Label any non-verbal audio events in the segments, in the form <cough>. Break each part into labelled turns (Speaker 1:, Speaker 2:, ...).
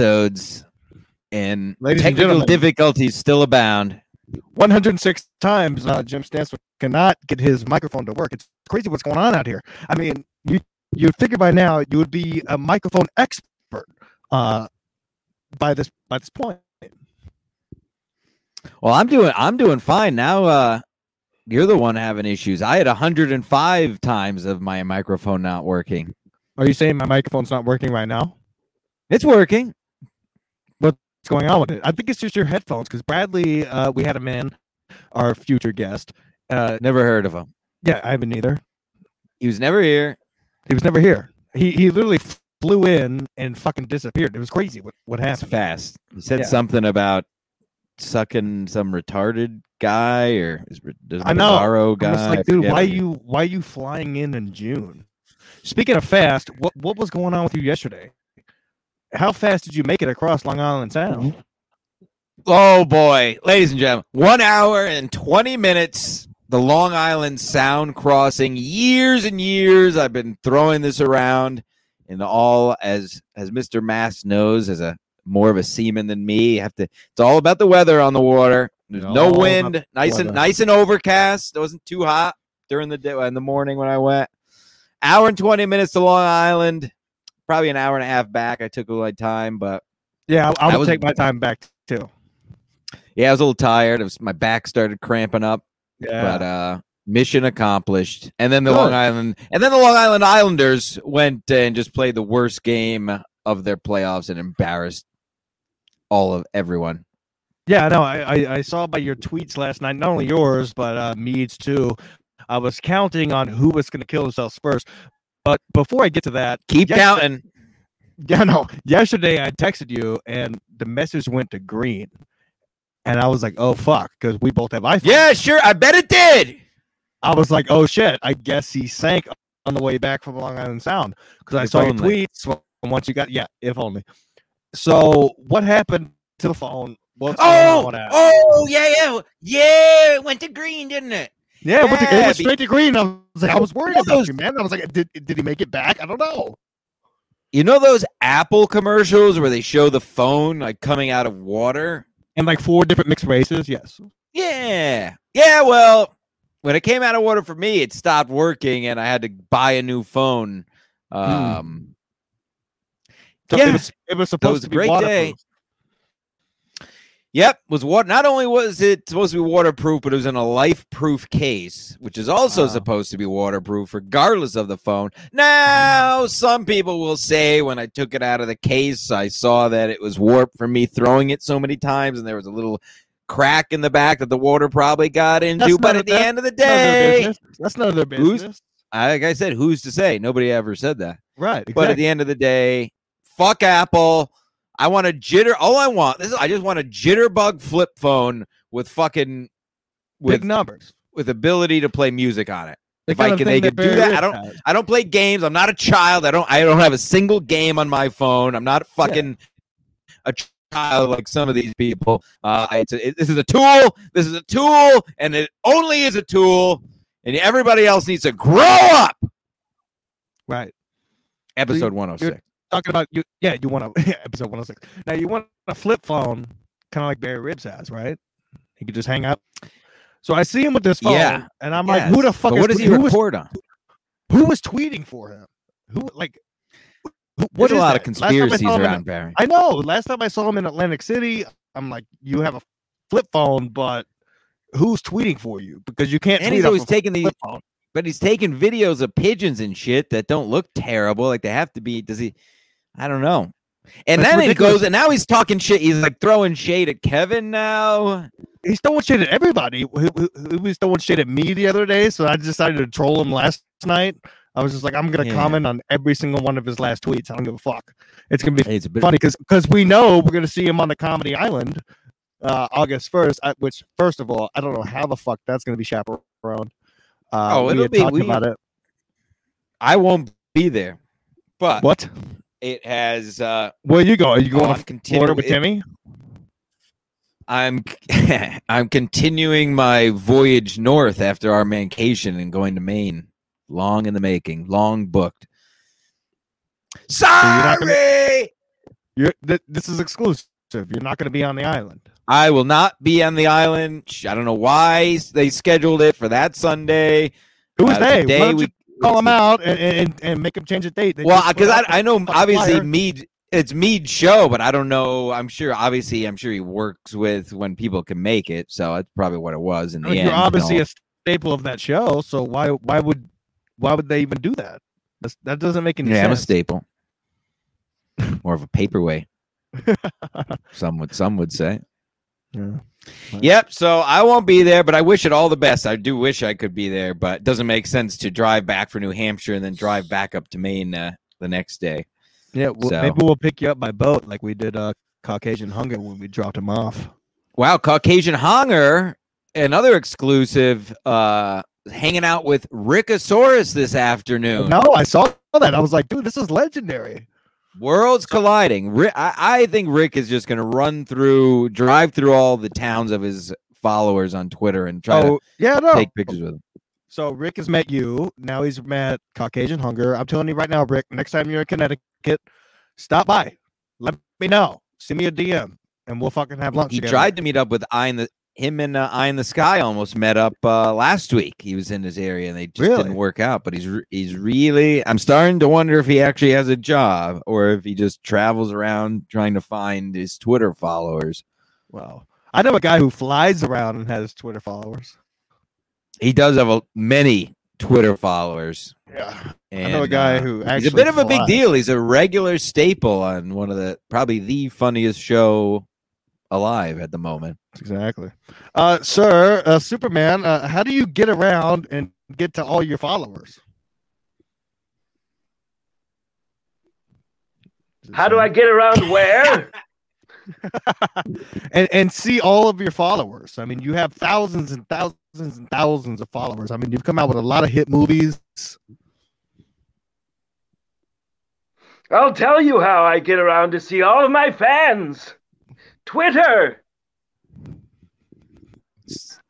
Speaker 1: episodes, and
Speaker 2: Ladies and
Speaker 1: technical
Speaker 2: gentlemen.
Speaker 1: difficulties still abound.
Speaker 2: 106 times uh, Jim Stansfield cannot get his microphone to work. It's crazy what's going on out here. I mean, you you'd figure by now you would be a microphone expert uh, by this by this point.
Speaker 1: Well, I'm doing I'm doing fine now. Uh, you're the one having issues. I had 105 times of my microphone not working.
Speaker 2: Are you saying my microphone's not working right now?
Speaker 1: It's working.
Speaker 2: What's going on with it? I think it's just your headphones because Bradley, uh, we had him in, our future guest. Uh,
Speaker 1: Never heard of him.
Speaker 2: yeah, I haven't either.
Speaker 1: He was never here.
Speaker 2: He was never here. He he literally flew in and fucking disappeared. It was crazy what, what
Speaker 1: That's
Speaker 2: happened.
Speaker 1: fast. He said
Speaker 2: Yeah.
Speaker 1: something about sucking some retarded guy or is re- does
Speaker 2: I know.
Speaker 1: Bizarro guy.
Speaker 2: I'm just
Speaker 1: I
Speaker 2: like, dude,
Speaker 1: forget
Speaker 2: why
Speaker 1: what he-
Speaker 2: you why you flying in in June? Speaking of fast, what what was going on with you yesterday? How fast did you make it across Long Island Sound?
Speaker 1: Oh boy, ladies and gentlemen, one hour and 20 minutes. The Long Island Sound Crossing. Years and years I've been throwing this around, and all as as Mr. Mass knows, as a more of a seaman than me, have to. It's all about the weather on the water. There's no
Speaker 2: All about
Speaker 1: wind, nice
Speaker 2: weather.
Speaker 1: and nice and overcast. It wasn't too hot during the day in the morning when I went. Hour and 20 minutes to Long Island, probably an hour and a half back. I took a little time, but
Speaker 2: Yeah, I, I
Speaker 1: I
Speaker 2: will
Speaker 1: was-
Speaker 2: take my time back too.
Speaker 1: yeah, I was a little tired. It was, my back started cramping up.
Speaker 2: Yeah,
Speaker 1: but uh mission accomplished and then the
Speaker 2: Good.
Speaker 1: long island and then the long island islanders went and just played the worst game of their playoffs and embarrassed all of everyone
Speaker 2: yeah. No, I, I I saw by your tweets last night, not only yours but uh, Mead's too. I was counting on who was going to kill themselves first. But before I get to that,
Speaker 1: keep
Speaker 2: Yes.
Speaker 1: counting
Speaker 2: Yeah, no. Yesterday I texted you and the message went to green. And I was like, oh fuck, because we both have iPhones.
Speaker 1: yeah sure i bet it did
Speaker 2: I was like, oh shit, I guess he sank on the way back from Long Island Sound. Because I
Speaker 1: If
Speaker 2: saw
Speaker 1: only.
Speaker 2: your tweets w- and once you got yeah, if only. So what happened to the phone? What's going
Speaker 1: oh
Speaker 2: on out?
Speaker 1: oh yeah yeah yeah it went to green didn't it
Speaker 2: yeah, it went to- it
Speaker 1: yeah,
Speaker 2: went
Speaker 1: be-
Speaker 2: straight to green. I was like, I was worried about
Speaker 1: Those-
Speaker 2: you, man. I was like, did, did he make it back? I don't know.
Speaker 1: you know those apple commercials where they show the phone like coming out of water
Speaker 2: And like four different mixed races, yes.
Speaker 1: Yeah. Yeah, well, when it came out of order for me, it stopped working and I had to buy a new phone.
Speaker 2: Hmm.
Speaker 1: Um
Speaker 2: So
Speaker 1: Yeah.
Speaker 2: it was it was supposed
Speaker 1: was
Speaker 2: to
Speaker 1: a
Speaker 2: be
Speaker 1: great day.
Speaker 2: waterproof.
Speaker 1: Yep, was what not only was it supposed to be waterproof, but it was in a life proof case, which is also
Speaker 2: Wow.
Speaker 1: supposed to be waterproof regardless of the phone. Now, some people will say when I took it out of the case, I saw that it was warped from me throwing it so many times and there was a little crack in the back that the water probably got into.
Speaker 2: That's
Speaker 1: but
Speaker 2: not-
Speaker 1: at the
Speaker 2: that's
Speaker 1: end of the
Speaker 2: None of their
Speaker 1: day,
Speaker 2: business. That's none of their
Speaker 1: Who's-
Speaker 2: business.
Speaker 1: I- like I said, who's to say? Nobody ever said that.
Speaker 2: Right.
Speaker 1: But at the end of the day, fuck Apple. I want a jitter. All I want this. Is, I just want a jitterbug flip phone with fucking
Speaker 2: Big
Speaker 1: with
Speaker 2: numbers.
Speaker 1: with ability to play music on it.
Speaker 2: The
Speaker 1: if I
Speaker 2: kind of
Speaker 1: could-
Speaker 2: thing
Speaker 1: they
Speaker 2: that
Speaker 1: could do
Speaker 2: Barry
Speaker 1: that,
Speaker 2: Ritz
Speaker 1: I don't-
Speaker 2: had.
Speaker 1: I don't play games. I'm not a child. I don't. I don't have a single game on my phone. I'm not fucking a child like some of these people. Uh, it's a, it- this is a tool. This is a tool, and it only is a tool. And everybody else needs to grow up.
Speaker 2: Right.
Speaker 1: Episode 106.
Speaker 2: Talking about you. <laughs> Yeah, you want to episode one hundred six. Now you want a flip phone, kind of like Barry Ribs has, right? He could just hang up. So I see him with this phone,
Speaker 1: Yeah.
Speaker 2: and I'm like, who the
Speaker 1: Yes.
Speaker 2: fuck?
Speaker 1: But
Speaker 2: Is
Speaker 1: what does
Speaker 2: twe-
Speaker 1: he
Speaker 2: who was
Speaker 1: report on?
Speaker 2: who was tweeting for him? Who like? Who,
Speaker 1: What
Speaker 2: what
Speaker 1: a
Speaker 2: is
Speaker 1: lot of
Speaker 2: that? Last time I saw
Speaker 1: conspiracies
Speaker 2: him in-
Speaker 1: around Barry.
Speaker 2: I know. Last time I saw him in Atlantic City, I'm like, you have a flip phone, but who's tweeting for you? Because you can't.
Speaker 1: and
Speaker 2: tweet
Speaker 1: he's
Speaker 2: off
Speaker 1: always
Speaker 2: a
Speaker 1: taking these,
Speaker 2: flip phone.
Speaker 1: but he's taking videos of pigeons and shit that don't look terrible. Like they have to be. Does he? I don't know. And
Speaker 2: That's
Speaker 1: then he
Speaker 2: ridiculous.
Speaker 1: goes, and now he's talking shit. He's like throwing shade at Kevin now.
Speaker 2: he's throwing shit at everybody. He, he- he was throwing shit at me the other day, so I decided to troll him last night. I was just like, I'm gonna
Speaker 1: Yeah.
Speaker 2: comment on every single one of his last tweets. I don't give a fuck. It's gonna be
Speaker 1: It's a bit,
Speaker 2: funny because we know we're gonna see him on the Comedy Island uh, August first. Which, first of all, I don't know how the fuck that's gonna be chaperoned. Uh,
Speaker 1: Oh,
Speaker 2: we
Speaker 1: it'll
Speaker 2: had
Speaker 1: be-
Speaker 2: talked
Speaker 1: we-
Speaker 2: about it.
Speaker 1: I won't be there, but
Speaker 2: What?
Speaker 1: it has. uh
Speaker 2: Where you go? Are you going
Speaker 1: oh,
Speaker 2: to
Speaker 1: I'm
Speaker 2: Florida
Speaker 1: continuing.
Speaker 2: with Timmy?
Speaker 1: I'm <laughs> I'm continuing my voyage north after our mancation and going to Maine. Long in the making, long booked.
Speaker 2: not
Speaker 1: Sorry,
Speaker 2: gonna- You're th- this is exclusive. You're not going to be on the island.
Speaker 1: I will not be on the island. Sh- I don't know why they scheduled it for that Sunday.
Speaker 2: Who is
Speaker 1: Uh, the
Speaker 2: they? Why
Speaker 1: day
Speaker 2: don't
Speaker 1: we-
Speaker 2: you call them out and, and, and make them change the date? They
Speaker 1: Well,
Speaker 2: just put
Speaker 1: because
Speaker 2: out
Speaker 1: I,
Speaker 2: the
Speaker 1: I know
Speaker 2: fucking
Speaker 1: obviously
Speaker 2: flyer.
Speaker 1: Mead, it's Mead's show, but I don't know. I'm sure, obviously, I'm sure he works with when people can make it. So that's probably what it was in
Speaker 2: I
Speaker 1: the
Speaker 2: mean,
Speaker 1: end.
Speaker 2: you're obviously
Speaker 1: No.
Speaker 2: a staple of that show, so why why would why would they even do that? That's, that doesn't make any
Speaker 1: yeah, I'm a
Speaker 2: sense.
Speaker 1: staple. <laughs> More of a <laughs> paperweight, some would some would say.
Speaker 2: Yeah.
Speaker 1: <laughs> Yep. So I won't be there, but I wish it all the best. I do wish I could be there, but it doesn't make sense to drive back for New Hampshire and then drive back up to Maine uh, the next day.
Speaker 2: Yeah, well,
Speaker 1: So-
Speaker 2: maybe we'll pick you up by boat like we did uh, Caucasian Hunger when we dropped him off.
Speaker 1: Wow, Caucasian Honger, another exclusive, uh, hanging out with Rickosaurus this afternoon.
Speaker 2: No, I saw that. I was like, dude, this is legendary.
Speaker 1: Worlds colliding. Rick, I, I think Rick is just going to run through, drive through all the towns of his followers on Twitter and try
Speaker 2: oh, yeah, no.
Speaker 1: to take pictures with them.
Speaker 2: So Rick has met you. Now he's met Caucasian Hunger. I'm telling you right now, Rick. Next time you're in Connecticut, stop by. Let me know. Send me a DM, and we'll fucking have lunch.
Speaker 1: He
Speaker 2: together.
Speaker 1: tried to meet up with I in the him and uh, I in the Sky almost met up uh, last week. He was in his area and they just
Speaker 2: Really?
Speaker 1: didn't work out. But he's re- he's really I'm starting to wonder if he actually has a job or if he just travels around trying to find his Twitter followers.
Speaker 2: Wow. I know a guy who flies around and has Twitter followers.
Speaker 1: He does have a, many Twitter followers.
Speaker 2: Yeah.
Speaker 1: And,
Speaker 2: I know a guy
Speaker 1: uh,
Speaker 2: who actually.
Speaker 1: he's a bit of a big
Speaker 2: flies.
Speaker 1: deal. He's a regular staple on one of the probably the funniest show alive at the moment.
Speaker 2: Exactly. Uh, sir, uh, Superman, uh, how do you get around and get to all your followers?
Speaker 3: How do I get around where?
Speaker 2: and and see all of your followers. I mean, you have thousands and thousands and thousands of followers. I mean, you've come out with a lot of hit movies.
Speaker 3: I'll tell you how I get around to see all of my fans. Twitter.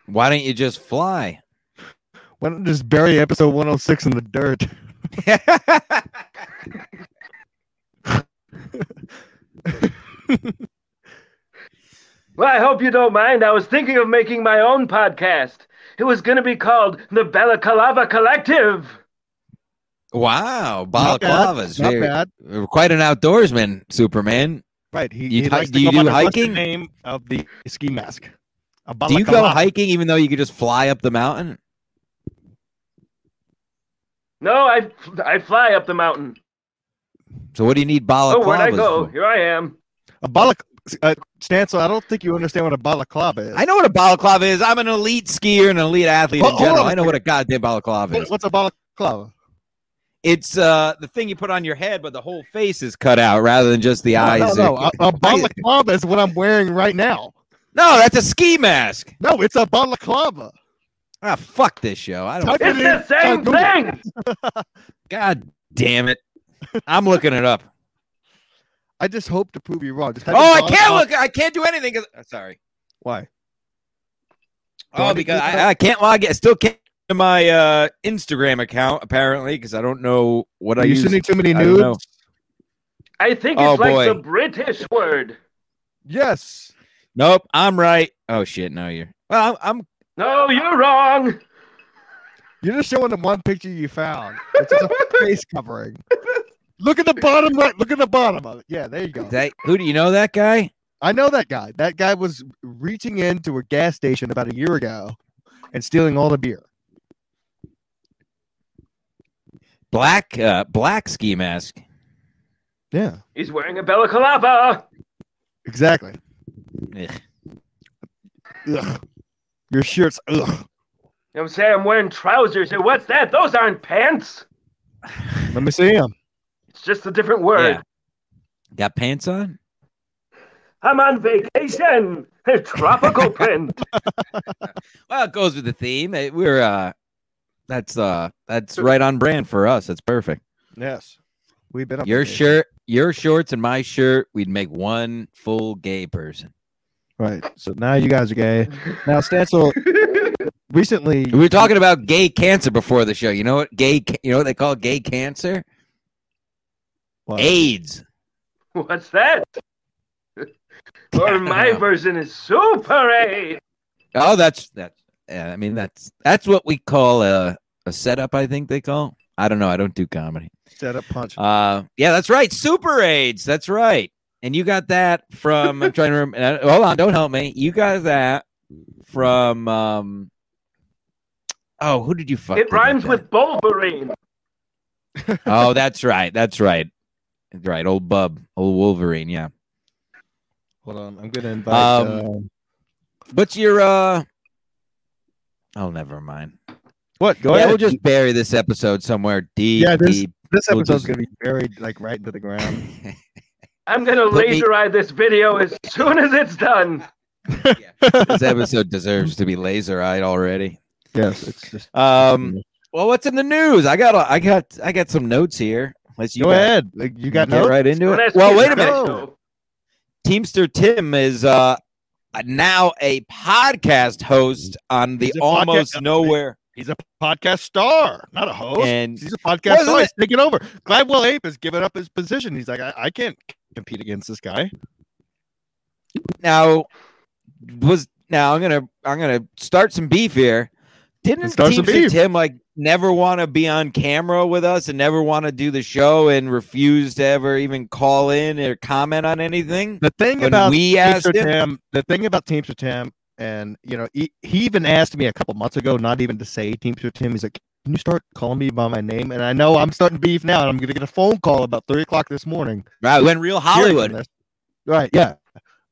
Speaker 1: Why don't you just fly? <laughs>
Speaker 2: Why don't you just bury episode 106 in the dirt?
Speaker 3: Well, I hope you don't mind. I was thinking of making my own podcast. It was going to be called the Bella Calava Collective.
Speaker 1: wow,
Speaker 2: Not bad,
Speaker 1: balaclavas.
Speaker 2: Not
Speaker 1: Very-
Speaker 2: bad.
Speaker 1: You're quite an outdoorsman, Superman.
Speaker 2: Right. He,
Speaker 1: You
Speaker 2: he
Speaker 1: hike-
Speaker 2: likes
Speaker 1: do you
Speaker 2: to go
Speaker 1: do
Speaker 2: by the Russian
Speaker 1: hiking?
Speaker 2: name of the ski mask. A
Speaker 1: Do you go
Speaker 2: balaclava.
Speaker 1: hiking even though you could just fly up the mountain?
Speaker 3: No, I, I fly up the mountain.
Speaker 1: So what do you need
Speaker 3: Oh,
Speaker 1: balaclavas
Speaker 3: where'd I go?
Speaker 1: for?
Speaker 3: Here I am.
Speaker 2: A balac- uh, Stancil, I don't think you understand what a balaclava is.
Speaker 1: I know what a balaclava is. I'm an elite skier and an elite athlete
Speaker 2: Well,
Speaker 1: in
Speaker 2: hold
Speaker 1: general.
Speaker 2: on a
Speaker 1: I know what a goddamn balaclava
Speaker 2: What-
Speaker 1: is.
Speaker 2: what's a balaclava?
Speaker 1: It's uh, the thing you put on your head, but the whole face is cut out rather than just the eyes.
Speaker 2: no, no, no. uh,
Speaker 1: are-
Speaker 2: A,
Speaker 1: <laughs>
Speaker 2: a balaclava is what I'm wearing right now.
Speaker 1: No, that's a ski mask.
Speaker 2: No, it's a balaclava.
Speaker 1: Ah, fuck this show. I don't.
Speaker 2: Type
Speaker 3: It's the same thing.
Speaker 1: God damn it. I'm looking it up.
Speaker 2: I just hope to prove you wrong. Just
Speaker 1: Oh,
Speaker 2: type in
Speaker 1: I can't
Speaker 2: balaclava-
Speaker 1: look. I can't do anything. 'cause- uh, Sorry.
Speaker 2: Why?
Speaker 1: Oh, because I, I can't log. in. I still can't to my uh, Instagram account apparently because I don't know what I
Speaker 2: you
Speaker 1: use.
Speaker 2: sending too many
Speaker 1: I don't know.
Speaker 2: nudes?
Speaker 3: I think it's
Speaker 1: Oh,
Speaker 3: like
Speaker 1: boy.
Speaker 3: the British word.
Speaker 2: Yes.
Speaker 1: Nope, I'm right. Oh shit, no, you're. Well, I'm. I'm
Speaker 3: No, you're wrong.
Speaker 2: You're just showing them one picture you found. It's
Speaker 3: <laughs>
Speaker 2: just a <laughs> face covering. Look at the bottom right. Look at the bottom of it. Yeah, there you go.
Speaker 1: is that who do you know that guy?
Speaker 2: I know that guy. That guy was reaching into a gas station about a year ago and stealing all the beer.
Speaker 1: Black, uh, black ski mask.
Speaker 2: Yeah,
Speaker 3: He's wearing a Bella Calava.
Speaker 2: exactly.
Speaker 1: Ugh.
Speaker 2: Ugh. Your shirt's ugh.
Speaker 3: You know what I'm saying I'm wearing trousers. Hey, What's that? Those aren't pants.
Speaker 2: Let me see him.
Speaker 3: It's just a different word.
Speaker 1: Yeah. Got pants on?
Speaker 3: I'm on vacation.
Speaker 1: <laughs>
Speaker 3: Tropical print.
Speaker 1: Well, it goes with the theme. Eh, We're uh, that's uh, that's right on brand for us. That's perfect.
Speaker 2: Yes, we've been up.
Speaker 1: Your
Speaker 2: to this.
Speaker 1: shirt, your shorts, and my shirt. We'd make one full gay person.
Speaker 2: right? So now you guys are gay. Now Stancil recently
Speaker 1: <laughs> We were talking about gay cancer before the show. You know what gay? Ca- you know what they call gay cancer?
Speaker 2: Wow.
Speaker 1: AIDS.
Speaker 3: What's that? or Oh,
Speaker 1: <laughs>
Speaker 3: my
Speaker 1: know.
Speaker 3: version is Super 8.
Speaker 1: Oh, that's that. Yeah, I mean, that's that's what we call a a setup. I think they call. I don't know. I don't do comedy.
Speaker 2: Set up punch.
Speaker 1: Uh, yeah, that's right. Super AIDS. That's right. And you got that from. I'm trying to <laughs> remember. Hold on. Don't help me. You got that from. um Oh, who did you fuck? that
Speaker 3: It
Speaker 1: got
Speaker 3: rhymes
Speaker 1: that?
Speaker 3: with Wolverine.
Speaker 1: oh, that's right. That's right. That's Right. Old Bub. Old Wolverine. Yeah.
Speaker 2: Hold on, I'm gonna invite.
Speaker 1: um,
Speaker 2: uh,
Speaker 1: What's your uh Oh never mind.
Speaker 2: what? Go
Speaker 1: yeah,
Speaker 2: ahead.
Speaker 1: we'll just bury this episode somewhere deep,
Speaker 2: Yeah, this- <laughs>
Speaker 1: deep.
Speaker 2: this
Speaker 1: we'll
Speaker 2: episode's
Speaker 1: just-
Speaker 2: gonna be buried like right into
Speaker 1: <laughs>
Speaker 2: the ground.
Speaker 3: I'm gonna
Speaker 1: Let me-
Speaker 3: laser eye this video as soon as it's done.
Speaker 1: this episode deserves to be laser eyed already.
Speaker 2: yes, it's just.
Speaker 1: Um well what's in the news? I got a, I got I got some notes here. Let's you
Speaker 2: go
Speaker 1: guys
Speaker 2: ahead. Like, you got
Speaker 1: get
Speaker 2: no.
Speaker 1: right into
Speaker 3: Don't
Speaker 1: it.
Speaker 3: ask
Speaker 1: Well
Speaker 3: me
Speaker 1: wait a
Speaker 3: about
Speaker 1: minute.
Speaker 3: that,
Speaker 2: minute.
Speaker 3: though.
Speaker 1: Teamster Tim is uh now a podcast host on the
Speaker 2: He's a podcast
Speaker 1: Almost
Speaker 2: host.
Speaker 1: Nowhere.
Speaker 2: He's a podcast star, not a host.
Speaker 1: And
Speaker 2: He's a podcast
Speaker 1: Wasn't
Speaker 2: star. He's taking over. Gladwell Ape has given up his position. He's like, I, I can't compete against this guy.
Speaker 1: now was now I'm gonna I'm gonna start some beef here. Didn't
Speaker 2: Let's start some
Speaker 1: Teamster
Speaker 2: beef.
Speaker 1: Tim like never want to be on camera with us and never want to do the show and refuse to ever even call in or comment on anything?
Speaker 2: The thing
Speaker 1: When
Speaker 2: about
Speaker 1: we asked
Speaker 2: Teamster
Speaker 1: him,
Speaker 2: Tim, the thing about Teamster Tim, and you know, he, he even asked me a couple months ago, not even to say Teamster Tim. He's like, can you start calling me by my name? And I know I'm starting beef now, and I'm gonna get a phone call about three o'clock this morning.
Speaker 1: right, when Real
Speaker 2: hearing
Speaker 1: Hollywood,
Speaker 2: this. Right, yeah.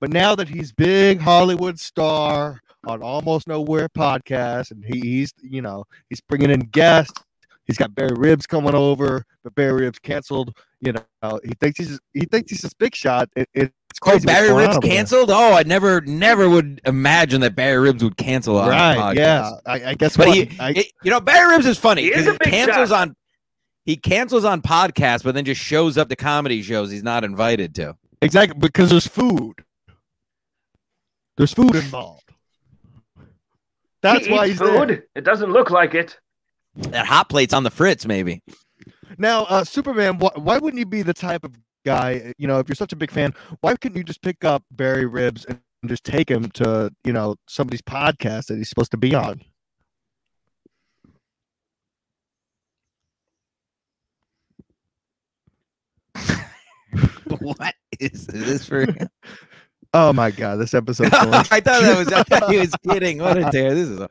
Speaker 2: But now that he's big Hollywood star on Almost Nowhere podcast, and he, he's you know he's bringing in guests. He's got Barry Ribs coming over, but Barry Ribs canceled. You know he thinks he's he thinks he's this big shot. It, it's
Speaker 1: oh,
Speaker 2: crazy. what's
Speaker 1: Barry
Speaker 2: going
Speaker 1: Ribs
Speaker 2: on over there.
Speaker 1: canceled. Oh, I never, never would imagine that Barry Ribs would cancel. on the
Speaker 2: Right?
Speaker 1: podcast.
Speaker 2: Yeah. I, I guess
Speaker 1: But
Speaker 2: what
Speaker 1: he-
Speaker 2: I,
Speaker 1: It- you know, Barry Ribs is funny.
Speaker 3: He is
Speaker 1: 'cause
Speaker 3: a big
Speaker 1: cancels
Speaker 3: shot.
Speaker 1: on, he cancels on podcasts, but then just shows up to comedy shows he's not invited to.
Speaker 2: exactly because there's food. There's food involved. That's
Speaker 3: he
Speaker 2: why
Speaker 3: eats
Speaker 2: he's there.
Speaker 3: food. It doesn't look like it.
Speaker 1: That hot plate's on the fritz, maybe.
Speaker 2: Now, uh, Superman, why, why wouldn't you be the type of guy, you know, if you're such a big fan, why couldn't you just pick up Barry Ribs and just take him to, you know, somebody's podcast that he's supposed to be on?
Speaker 1: <laughs> what is, is this <laughs> for?
Speaker 2: Oh my God,
Speaker 1: <laughs>
Speaker 2: this episode's going.
Speaker 1: I thought that was. I thought <laughs> he was kidding. What a tear! This is. A,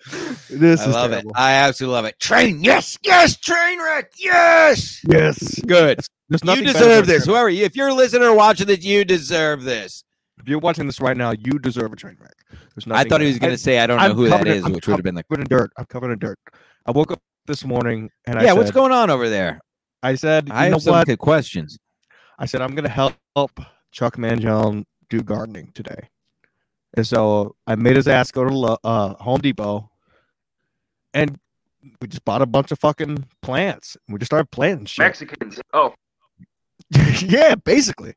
Speaker 2: This
Speaker 1: I
Speaker 2: is
Speaker 1: love
Speaker 2: terrible.
Speaker 1: it. I absolutely love it. Train. Yes. Yes. Train wreck. Yes.
Speaker 2: Yes.
Speaker 1: Good.
Speaker 2: There's
Speaker 1: You
Speaker 2: nothing better
Speaker 1: deserve
Speaker 2: than a
Speaker 1: this.
Speaker 2: train wreck.
Speaker 1: Whoever you, if you're a listener or watching this, you deserve this.
Speaker 2: If you're watching this right now, you deserve a train wreck. There's
Speaker 1: I
Speaker 2: nothing
Speaker 1: thought he
Speaker 2: better.
Speaker 1: was going to say, "I don't
Speaker 2: I'm
Speaker 1: know who that
Speaker 2: covered in-
Speaker 1: is,"
Speaker 2: I'm
Speaker 1: which would have been like,
Speaker 2: I'm covered in dirt. I'm covered in dirt. I woke up this morning and I
Speaker 1: "Yeah, what's
Speaker 2: said-
Speaker 1: going on over there?"
Speaker 2: I said, you
Speaker 1: I
Speaker 2: know
Speaker 1: have some
Speaker 2: what?
Speaker 1: good questions.
Speaker 2: I said, I'm going to help Chuck Mangione do gardening today. And so I made his ass go to Lo- uh, Home Depot and we just bought a bunch of fucking plants. We just started planting shit.
Speaker 3: Mexicans. Oh,
Speaker 2: <laughs> yeah, basically.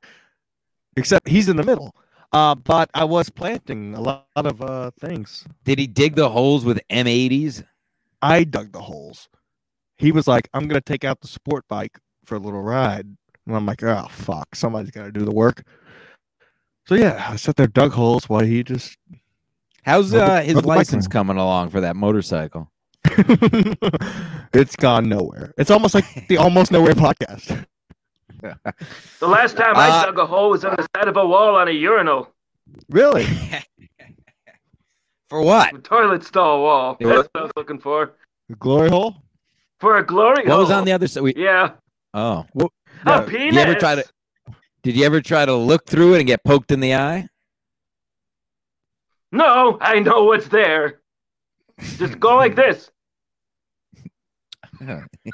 Speaker 2: Except he's in the middle. Uh, but I was planting a lot of uh, things.
Speaker 1: Did he dig the holes with M80s?
Speaker 2: I dug the holes. He was like, I'm going to take out the sport bike for a little ride. And I'm like, oh, fuck, somebody's got to do the work. So yeah, I sat there, dug holes while he just. <laughs>
Speaker 1: How's
Speaker 2: Rub the-
Speaker 1: uh, his
Speaker 2: rub the bike
Speaker 1: license
Speaker 2: around.
Speaker 1: coming along for that motorcycle?
Speaker 2: it's gone nowhere. It's
Speaker 1: <laughs>
Speaker 2: almost like the Almost Nowhere podcast.
Speaker 3: the last time I
Speaker 1: Uh,
Speaker 3: dug a hole was on the side of a wall on a urinal,
Speaker 2: Really?
Speaker 1: <laughs> For what?
Speaker 3: a toilet stall wall.
Speaker 1: It
Speaker 3: That's
Speaker 1: was-
Speaker 3: what I was looking for.
Speaker 2: Glory hole?
Speaker 3: For a glory <laughs>
Speaker 1: What was
Speaker 3: hole.
Speaker 1: on the other side? We-
Speaker 3: Yeah.
Speaker 1: Oh,
Speaker 2: Yeah,
Speaker 3: A
Speaker 2: you
Speaker 3: penis.
Speaker 1: ever try to- did you ever try to look through it and get poked in the eye?
Speaker 3: No, I know what's there. Just go
Speaker 2: Hmm.
Speaker 3: like this.
Speaker 2: How do you,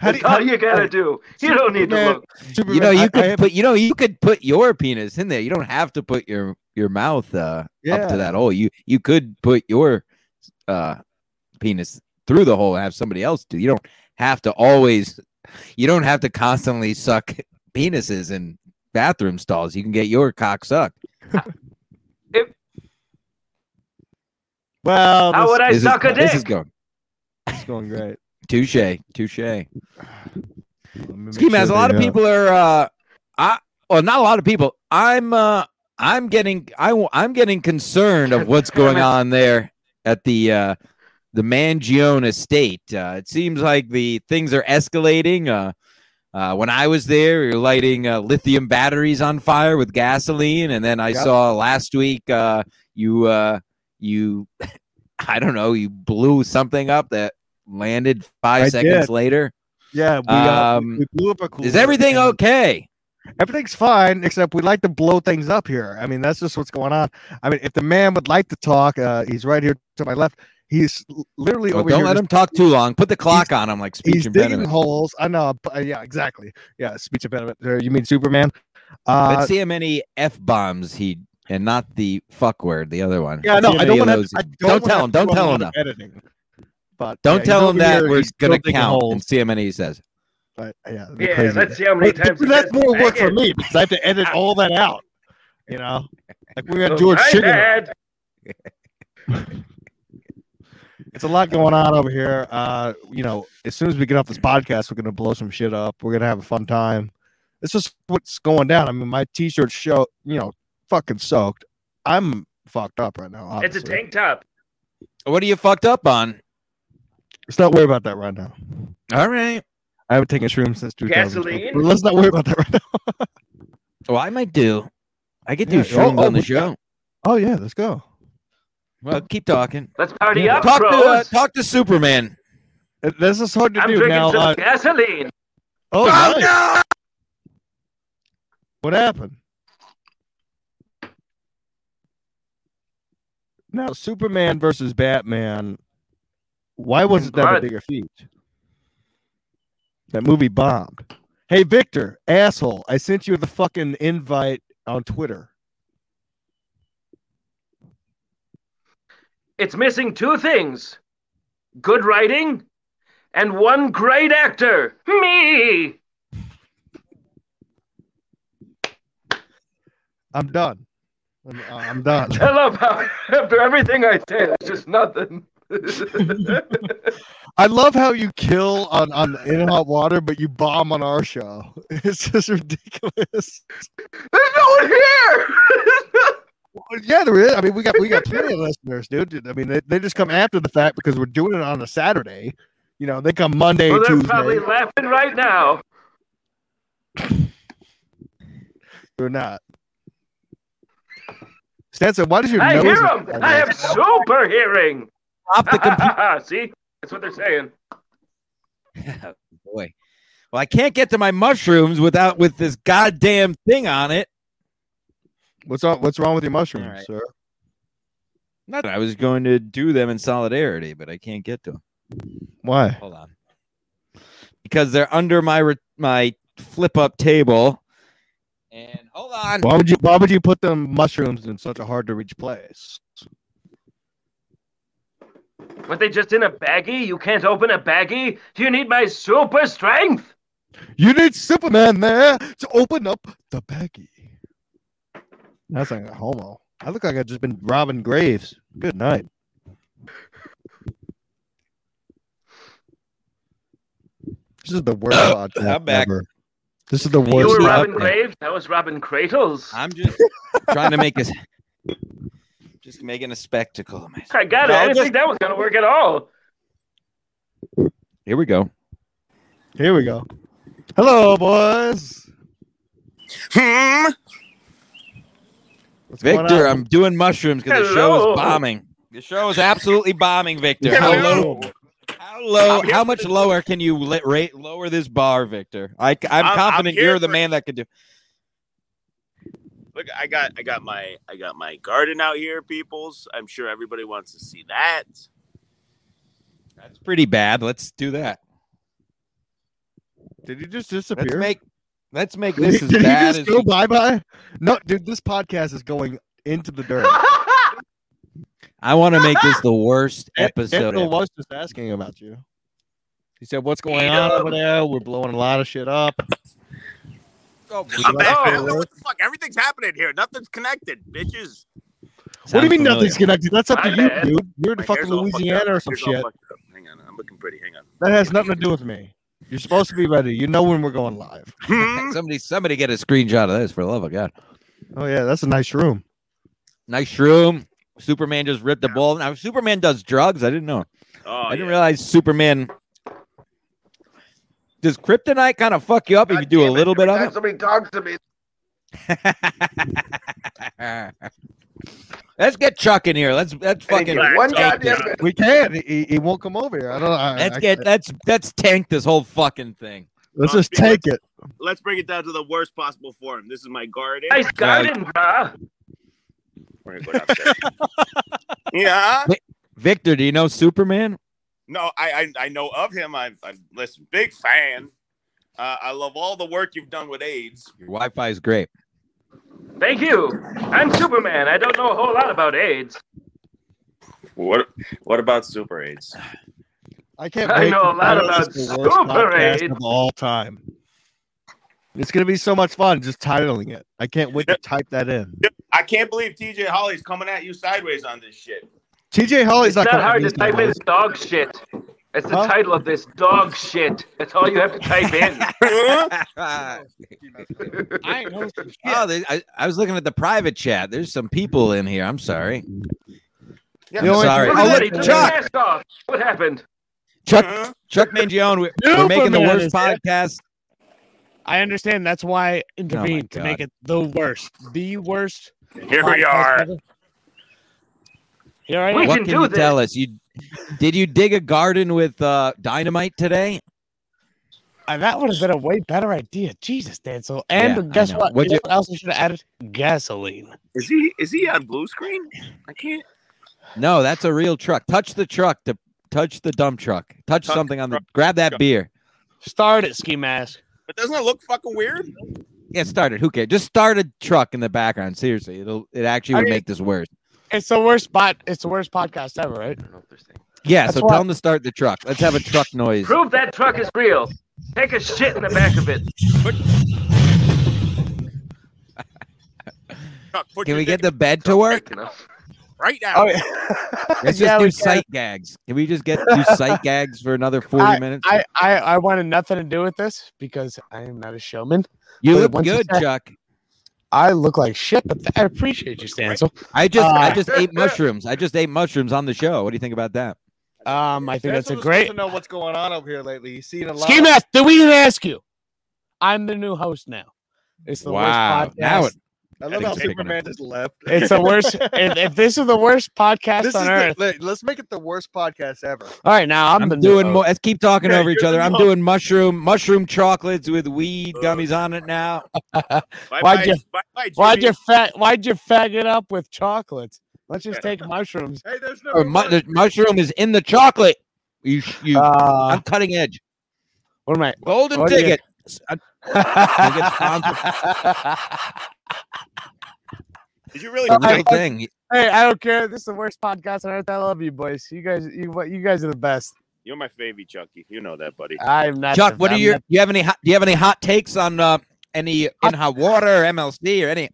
Speaker 3: That's
Speaker 2: how,
Speaker 3: all you gotta do. <laughs> You don't need to
Speaker 2: Superman-
Speaker 3: look.
Speaker 2: Superman,
Speaker 1: you know,
Speaker 2: I-
Speaker 1: you
Speaker 2: I
Speaker 1: could
Speaker 2: have-
Speaker 1: put you know you could put your penis in there. You don't have to put your your mouth uh, up
Speaker 2: Yeah.
Speaker 1: to that hole. You you could put your uh, penis through the hole and have somebody else do. You don't have to always. You don't have to constantly suck <laughs> penises in bathroom stalls. You can get your cock sucked.
Speaker 2: Well,
Speaker 3: How
Speaker 2: this
Speaker 3: would I
Speaker 1: this
Speaker 3: suck
Speaker 1: is,
Speaker 3: a
Speaker 1: This
Speaker 3: dick?
Speaker 1: is going
Speaker 2: is going great.
Speaker 1: touche touche.
Speaker 2: Let me make
Speaker 1: Ski Mask,
Speaker 2: sure
Speaker 1: a lot
Speaker 2: they,
Speaker 1: of
Speaker 2: uh,
Speaker 1: people are. Uh, I well, not a lot of people. I'm uh, I'm getting I w- I'm getting concerned of what's going on there at the uh, the Mangione estate. Uh, it seems like the things are escalating. Uh, uh, when I was there, you're lighting uh, lithium batteries on fire with gasoline, and then I
Speaker 2: Yep.
Speaker 1: saw last week uh, you uh, you <laughs> I don't know you blew something up that landed five
Speaker 2: I
Speaker 1: seconds
Speaker 2: did.
Speaker 1: later.
Speaker 2: Yeah, we, uh,
Speaker 1: Um,
Speaker 2: we blew up a cooler.
Speaker 1: Is everything
Speaker 2: and-
Speaker 1: okay?
Speaker 2: Everything's fine, except we like to blow things up here. I mean, that's just what's going on. I mean, if the man would like to talk, uh, he's right here to my left. He's l- literally
Speaker 1: Well,
Speaker 2: <laughs>
Speaker 1: Oh,
Speaker 2: over
Speaker 1: don't
Speaker 2: here.
Speaker 1: let
Speaker 2: just-
Speaker 1: him talk too long. Put the clock on him, like speech
Speaker 2: He's digging
Speaker 1: impediment.
Speaker 2: holes. I know. but- uh, yeah, exactly. Yeah, speech impediment. Uh, You mean Superman? Uh,
Speaker 1: Let's see how many f bombs he and not the fuck word, the other one.
Speaker 2: yeah,
Speaker 1: Let's
Speaker 2: no,
Speaker 1: see how
Speaker 2: I
Speaker 1: many
Speaker 2: don't want
Speaker 1: of
Speaker 2: to.
Speaker 1: those
Speaker 2: I
Speaker 1: he-
Speaker 2: don't
Speaker 1: Don't
Speaker 2: wanna
Speaker 1: tell
Speaker 2: have
Speaker 1: him,
Speaker 2: to
Speaker 1: don't
Speaker 2: do a
Speaker 1: tell
Speaker 2: lot
Speaker 1: him
Speaker 2: of Editing. But
Speaker 1: Don't
Speaker 2: yeah,
Speaker 1: tell
Speaker 2: he's
Speaker 1: him
Speaker 2: over
Speaker 1: that
Speaker 2: here,
Speaker 1: we're
Speaker 2: he's still
Speaker 1: gonna
Speaker 2: digging
Speaker 1: count
Speaker 2: holes.
Speaker 1: and see how many he says.
Speaker 2: But, yeah, the
Speaker 3: Yeah,
Speaker 2: crazy-
Speaker 3: let's see how many
Speaker 2: But-
Speaker 3: times.
Speaker 2: but
Speaker 3: he
Speaker 2: that's
Speaker 3: gets
Speaker 2: more work
Speaker 3: back
Speaker 2: for
Speaker 3: in.
Speaker 2: me because I have to
Speaker 3: <laughs>
Speaker 2: edit all that out. You know, like we got
Speaker 3: Oh,
Speaker 2: George
Speaker 3: my
Speaker 2: Sugar.
Speaker 3: bad.
Speaker 2: It's a lot going on over here. Uh, you know, as soon as we get off this podcast, we're gonna blow some shit up. We're gonna have a fun time. It's just what's going down. I mean, my t-shirt show, you know, fucking soaked. I'm fucked up right now.
Speaker 3: It's a
Speaker 2: obviously.
Speaker 3: tank top.
Speaker 1: What are you fucked up on?
Speaker 2: Let's not worry about that right now.
Speaker 1: All right.
Speaker 2: I haven't taken shrooms since 2000.
Speaker 3: Gasoline?
Speaker 2: Let's not worry about that right now.
Speaker 1: Well, I might do. I could do
Speaker 2: Yeah, oh,
Speaker 1: shrooms
Speaker 2: oh,
Speaker 1: on the
Speaker 2: we-
Speaker 1: show.
Speaker 2: Oh yeah, let's go.
Speaker 1: Well, keep talking.
Speaker 3: Let's party
Speaker 2: Yeah.
Speaker 3: up,
Speaker 1: Talk to
Speaker 3: bros.
Speaker 1: uh, talk to Superman.
Speaker 2: Uh, This is hard to
Speaker 3: I'm
Speaker 2: do
Speaker 3: drinking
Speaker 2: now.
Speaker 3: some
Speaker 2: uh,
Speaker 3: gasoline.
Speaker 2: oh,
Speaker 1: Oh,
Speaker 2: nice.
Speaker 1: no!
Speaker 2: What happened? Now, Superman versus Batman. Why wasn't that a
Speaker 3: Blood.
Speaker 2: bigger feat? That movie bombed. Hey, Victor, asshole! I sent you the fucking invite on Twitter.
Speaker 3: It's missing two things good writing and one great actor. Me!
Speaker 2: I'm done. I'm, uh, I'm done.
Speaker 3: I love how <laughs> after everything I say, it's just nothing. <laughs>
Speaker 2: I love how you kill on on in hot water, but you bomb on our show. <laughs> It's just ridiculous.
Speaker 3: There's no one here! <laughs>
Speaker 2: Well, Yeah, there is. I mean, we got we got plenty of listeners, dude. I mean, they, they just come after the fact because we're doing it on a Saturday. You know, they come Monday,
Speaker 3: well, they're
Speaker 2: Tuesday.
Speaker 3: probably laughing right now.
Speaker 2: They're not. Stetson, why does your
Speaker 3: I
Speaker 2: nose?
Speaker 3: hear
Speaker 2: look
Speaker 3: them!
Speaker 2: like
Speaker 3: I
Speaker 2: that?
Speaker 3: have super hearing!
Speaker 1: Stop the <laughs> computer.
Speaker 3: <laughs> See? That's what they're saying.
Speaker 1: Oh, Boy. Well, I can't get to my mushrooms without with this goddamn thing on it.
Speaker 2: What's wrong? What's wrong with your mushrooms,
Speaker 1: Alright.
Speaker 2: sir?
Speaker 1: Not that I was going to do them in solidarity, but I can't get to them.
Speaker 2: Why?
Speaker 1: Hold on. Because they're under my re- my flip up table. And hold on.
Speaker 2: Why would you? Why would you put them mushrooms in such a hard to reach place?
Speaker 3: Weren't they just in a baggie? You can't open a baggie? Do you need my super strength?
Speaker 2: You need Superman there to open up the baggie. That's like a homo. I look like I've just been robbing graves. Good night. This is the worst
Speaker 1: <coughs>
Speaker 2: podcast
Speaker 1: I'm back.
Speaker 2: ever. This is the worst.
Speaker 3: You were
Speaker 1: Where's the
Speaker 3: Robin
Speaker 1: update?
Speaker 3: Graves. I was Robin Cradles. i
Speaker 1: I'm just trying to make a just making a spectacle of myself.
Speaker 3: got it.
Speaker 1: No,
Speaker 3: I didn't
Speaker 1: just-
Speaker 3: think that was gonna work
Speaker 1: <laughs>
Speaker 3: at all.
Speaker 1: Here we go.
Speaker 2: Here we go. Hello, boys.
Speaker 1: Hmm?
Speaker 2: What's going
Speaker 1: Victor,
Speaker 2: on?
Speaker 1: I'm doing mushrooms because the show
Speaker 3: Hello.
Speaker 1: is bombing. The show is absolutely bombing, Victor. How low?
Speaker 3: Hello.
Speaker 1: How low?
Speaker 4: I'm here
Speaker 1: How
Speaker 4: for
Speaker 1: much
Speaker 4: this-
Speaker 1: lower can you li- rate lower this bar, Victor? I, I'm,
Speaker 4: I'm- I'm
Speaker 1: confident
Speaker 4: here
Speaker 1: you're the
Speaker 4: for-
Speaker 1: man that could do.
Speaker 4: Look, I got I got my I got my garden out here, peoples. I'm sure everybody wants to see that.
Speaker 1: That's pretty bad. Let's do that.
Speaker 2: Did you just
Speaker 1: Let's
Speaker 2: disappear?
Speaker 1: make let's
Speaker 2: <laughs>
Speaker 1: make
Speaker 2: Did
Speaker 1: this
Speaker 2: he-
Speaker 1: as
Speaker 2: did he
Speaker 1: bad
Speaker 2: just
Speaker 1: as
Speaker 2: go
Speaker 1: we-
Speaker 2: bye bye? No, dude, this podcast is going into the <laughs> dirt.
Speaker 1: I want to make this the worst
Speaker 2: An-
Speaker 1: episode.
Speaker 2: Angelo
Speaker 1: ever.
Speaker 2: was just asking about you. He said, "What's going on over there? We're blowing a lot of shit up."
Speaker 4: I'm back,
Speaker 3: Oh.
Speaker 4: man. <laughs> What the fuck? Everything's happening here. Nothing's connected, bitches.
Speaker 2: what do you mean
Speaker 1: Sounds familiar.
Speaker 2: nothing's connected? That's up to
Speaker 3: My
Speaker 2: you,
Speaker 3: bad.
Speaker 2: dude. You're in
Speaker 4: My
Speaker 2: fucking
Speaker 4: hair's all fucked
Speaker 2: Louisiana
Speaker 4: up.
Speaker 2: or some
Speaker 4: Hair's all
Speaker 2: shit. <laughs>
Speaker 4: fucked up. Hang on, I'm looking pretty. Hang on.
Speaker 2: That has nothing to do with me. You're supposed to be ready. You know when we're going live.
Speaker 4: Hmm?
Speaker 1: Somebody, somebody, get a screenshot of this for the love of God.
Speaker 2: Oh yeah, that's a nice room.
Speaker 1: Nice shroom. Superman just ripped the ball. Now Superman does drugs. I didn't know.
Speaker 4: <laughs> Oh,
Speaker 1: I didn't
Speaker 4: yeah.
Speaker 1: realize Superman. Does kryptonite kind of fuck you up if you do a little bit of it?
Speaker 3: Somebody talks to me.
Speaker 1: <laughs> let's get Chuck in here. Let's let's
Speaker 3: I need
Speaker 1: fucking
Speaker 4: Black
Speaker 3: one
Speaker 4: Dog
Speaker 3: goddamn
Speaker 4: Dog.
Speaker 3: minute.
Speaker 2: We can. He, he won't come over here. I don't. I,
Speaker 1: let's
Speaker 2: I-
Speaker 1: get let's let's tank this whole fucking thing.
Speaker 2: let's just take it.
Speaker 4: Let's bring it down to the worst possible form. This is my garden.
Speaker 3: Nice garden, bruh.
Speaker 4: We're gonna go
Speaker 2: <laughs>
Speaker 4: downstairs. yeah.
Speaker 1: Victor, do you know Superman?
Speaker 4: No, I, I I know of him. I've I've listen, big fan. Uh, I love all the work you've done with AIDS.
Speaker 1: Your Wi-Fi is great.
Speaker 3: Thank you. I'm Superman. I don't know a whole lot about AIDS.
Speaker 4: What what about super AIDS?
Speaker 2: I can't.
Speaker 3: I
Speaker 2: wait
Speaker 3: know
Speaker 2: to
Speaker 3: a lot
Speaker 2: do
Speaker 3: about
Speaker 2: this, the worst
Speaker 3: Super
Speaker 2: podcast
Speaker 3: Eight.
Speaker 2: of all time. It's gonna be so much fun just titling it. I can't wait to type that in.
Speaker 4: I can't believe TJ Holly's coming at you sideways on this <laughs> shit.
Speaker 2: TJ Holly's
Speaker 3: It's
Speaker 2: not,
Speaker 3: not
Speaker 2: coming
Speaker 3: hard to
Speaker 2: these
Speaker 3: type in
Speaker 2: days.
Speaker 3: dog shit. That's the
Speaker 2: Huh?
Speaker 3: title of this dog shit. That's all you have to type in.
Speaker 1: <laughs> oh,
Speaker 5: <laughs> I know
Speaker 1: <laughs>
Speaker 5: some shit.
Speaker 1: they, I, I was looking at the private chat. There's some people in here. I'm sorry.
Speaker 4: Yeah,
Speaker 1: I'm sorry.
Speaker 3: Look
Speaker 1: Oh,
Speaker 3: at
Speaker 1: look,
Speaker 3: that, he took his
Speaker 1: Chuck,
Speaker 3: mask off. What happened?
Speaker 4: <laughs>
Speaker 1: Chuck, Chuck Mangione. We're, we're making the
Speaker 5: Superman
Speaker 1: worst
Speaker 5: is-
Speaker 1: podcast.
Speaker 5: I understand. That's why I intervened to
Speaker 1: God.
Speaker 5: make it the worst, the worst.
Speaker 4: Here we
Speaker 5: podcast
Speaker 4: are.
Speaker 5: ever. Here I
Speaker 3: We
Speaker 5: am.
Speaker 1: what
Speaker 3: can
Speaker 1: can,
Speaker 3: do
Speaker 1: you
Speaker 3: this.
Speaker 1: tell us? You did you dig a garden with uh, dynamite today?
Speaker 5: Uh, That would have been a way better idea. Jesus, Dancil. And
Speaker 1: Yeah,
Speaker 5: guess
Speaker 1: I know.
Speaker 5: what?
Speaker 1: What'd
Speaker 5: You know
Speaker 1: you-
Speaker 5: what else I should have added? Gasoline.
Speaker 4: Is he is he on blue screen? I can't.
Speaker 1: No, that's a real truck. Touch the truck to touch the dump truck. Touch
Speaker 4: Touch
Speaker 1: something on the
Speaker 4: truck.
Speaker 1: grab that
Speaker 4: Truck.
Speaker 1: beer.
Speaker 5: Start it, ski mask.
Speaker 4: But doesn't it look fucking weird?
Speaker 1: Get started. Who cares? Just start a truck in the background. Seriously, it'll it actually
Speaker 5: I
Speaker 1: would
Speaker 5: mean-
Speaker 1: make this worse.
Speaker 5: It's the worst spot. It's the worst podcast ever, right?
Speaker 1: Yeah,
Speaker 5: That's
Speaker 1: so
Speaker 5: why-
Speaker 1: tell them to start the truck. Let's have a truck noise.
Speaker 3: Prove that truck is real. Take a shit in the back of it.
Speaker 4: Chuck, put
Speaker 1: Can
Speaker 4: your
Speaker 1: we get
Speaker 4: dick
Speaker 1: the bed to work?
Speaker 3: You know?
Speaker 4: right now?
Speaker 5: <laughs>
Speaker 1: Let's Oh, just
Speaker 5: Yeah, uh,
Speaker 1: do
Speaker 5: we can.
Speaker 1: sight gags. Can we just get
Speaker 4: <laughs>
Speaker 1: do sight gags for another forty minutes?
Speaker 5: I, I, I wanted nothing to do with this because I am not a showman.
Speaker 1: you
Speaker 5: wait,
Speaker 1: look
Speaker 5: once you
Speaker 1: good,
Speaker 5: say-
Speaker 1: Chuck.
Speaker 5: I look like shit, but th- I appreciate you, Stancil.
Speaker 1: I just I
Speaker 5: Uh,
Speaker 1: just ate
Speaker 4: <laughs>
Speaker 1: mushrooms. I just ate mushrooms on the show. What do you think about that?
Speaker 5: Um, I think that's a
Speaker 2: Denzel
Speaker 5: great
Speaker 2: doesn't know what's going on over here lately. He's seen a lot.
Speaker 5: ski mask. Did we even ask you? I'm the new host now. It's the
Speaker 1: Wow.
Speaker 5: worst podcast.
Speaker 1: Now it,
Speaker 2: I love how
Speaker 1: Exactly.
Speaker 2: Superman just left.
Speaker 5: <laughs> It's the worst. if, if this is the worst
Speaker 2: <laughs>
Speaker 5: podcast
Speaker 2: This is
Speaker 5: on
Speaker 2: the,
Speaker 5: earth,
Speaker 2: let- let's make it the worst podcast ever.
Speaker 5: all right. Now I'm,
Speaker 1: I'm
Speaker 5: the
Speaker 1: doing
Speaker 5: new
Speaker 1: more.
Speaker 5: host.
Speaker 1: Let's keep talking
Speaker 4: Yeah,
Speaker 1: over each
Speaker 4: you're
Speaker 1: other.
Speaker 4: the Uh,
Speaker 1: I'm
Speaker 4: mo-
Speaker 1: doing mushroom mushroom chocolates with weed gummies on it
Speaker 4: <laughs>
Speaker 1: now.
Speaker 4: Bye
Speaker 5: Why'd
Speaker 4: bye,
Speaker 5: you-
Speaker 4: bye bye,
Speaker 5: Why'd
Speaker 4: Jimmy.
Speaker 5: you fat? Why'd you fag it up with chocolates? Let's just take mushrooms.
Speaker 2: Hey, there's no.
Speaker 1: Or mu- the mushroom is in the chocolate. You, sh- you.
Speaker 5: Uh,
Speaker 1: I'm cutting edge.
Speaker 5: what
Speaker 1: <laughs>
Speaker 5: am I?
Speaker 1: Golden
Speaker 5: what do you- <laughs>
Speaker 1: ticket. I-
Speaker 4: Did you really?
Speaker 1: the real
Speaker 5: I- I-
Speaker 1: thing.
Speaker 5: <laughs> hey, I don't care. This is the worst podcast on earth. I love you, boys. You guys, you what? You guys are the best.
Speaker 4: You're my favorite Chucky. You know that,
Speaker 1: Uh,
Speaker 4: buddy.
Speaker 5: I'm not.
Speaker 1: Chuck,
Speaker 5: the-
Speaker 1: what are
Speaker 5: I'm
Speaker 1: your?
Speaker 5: not-
Speaker 1: Do you have any? Hot, do you have any hot takes on uh, any in hot water, or MLC, or any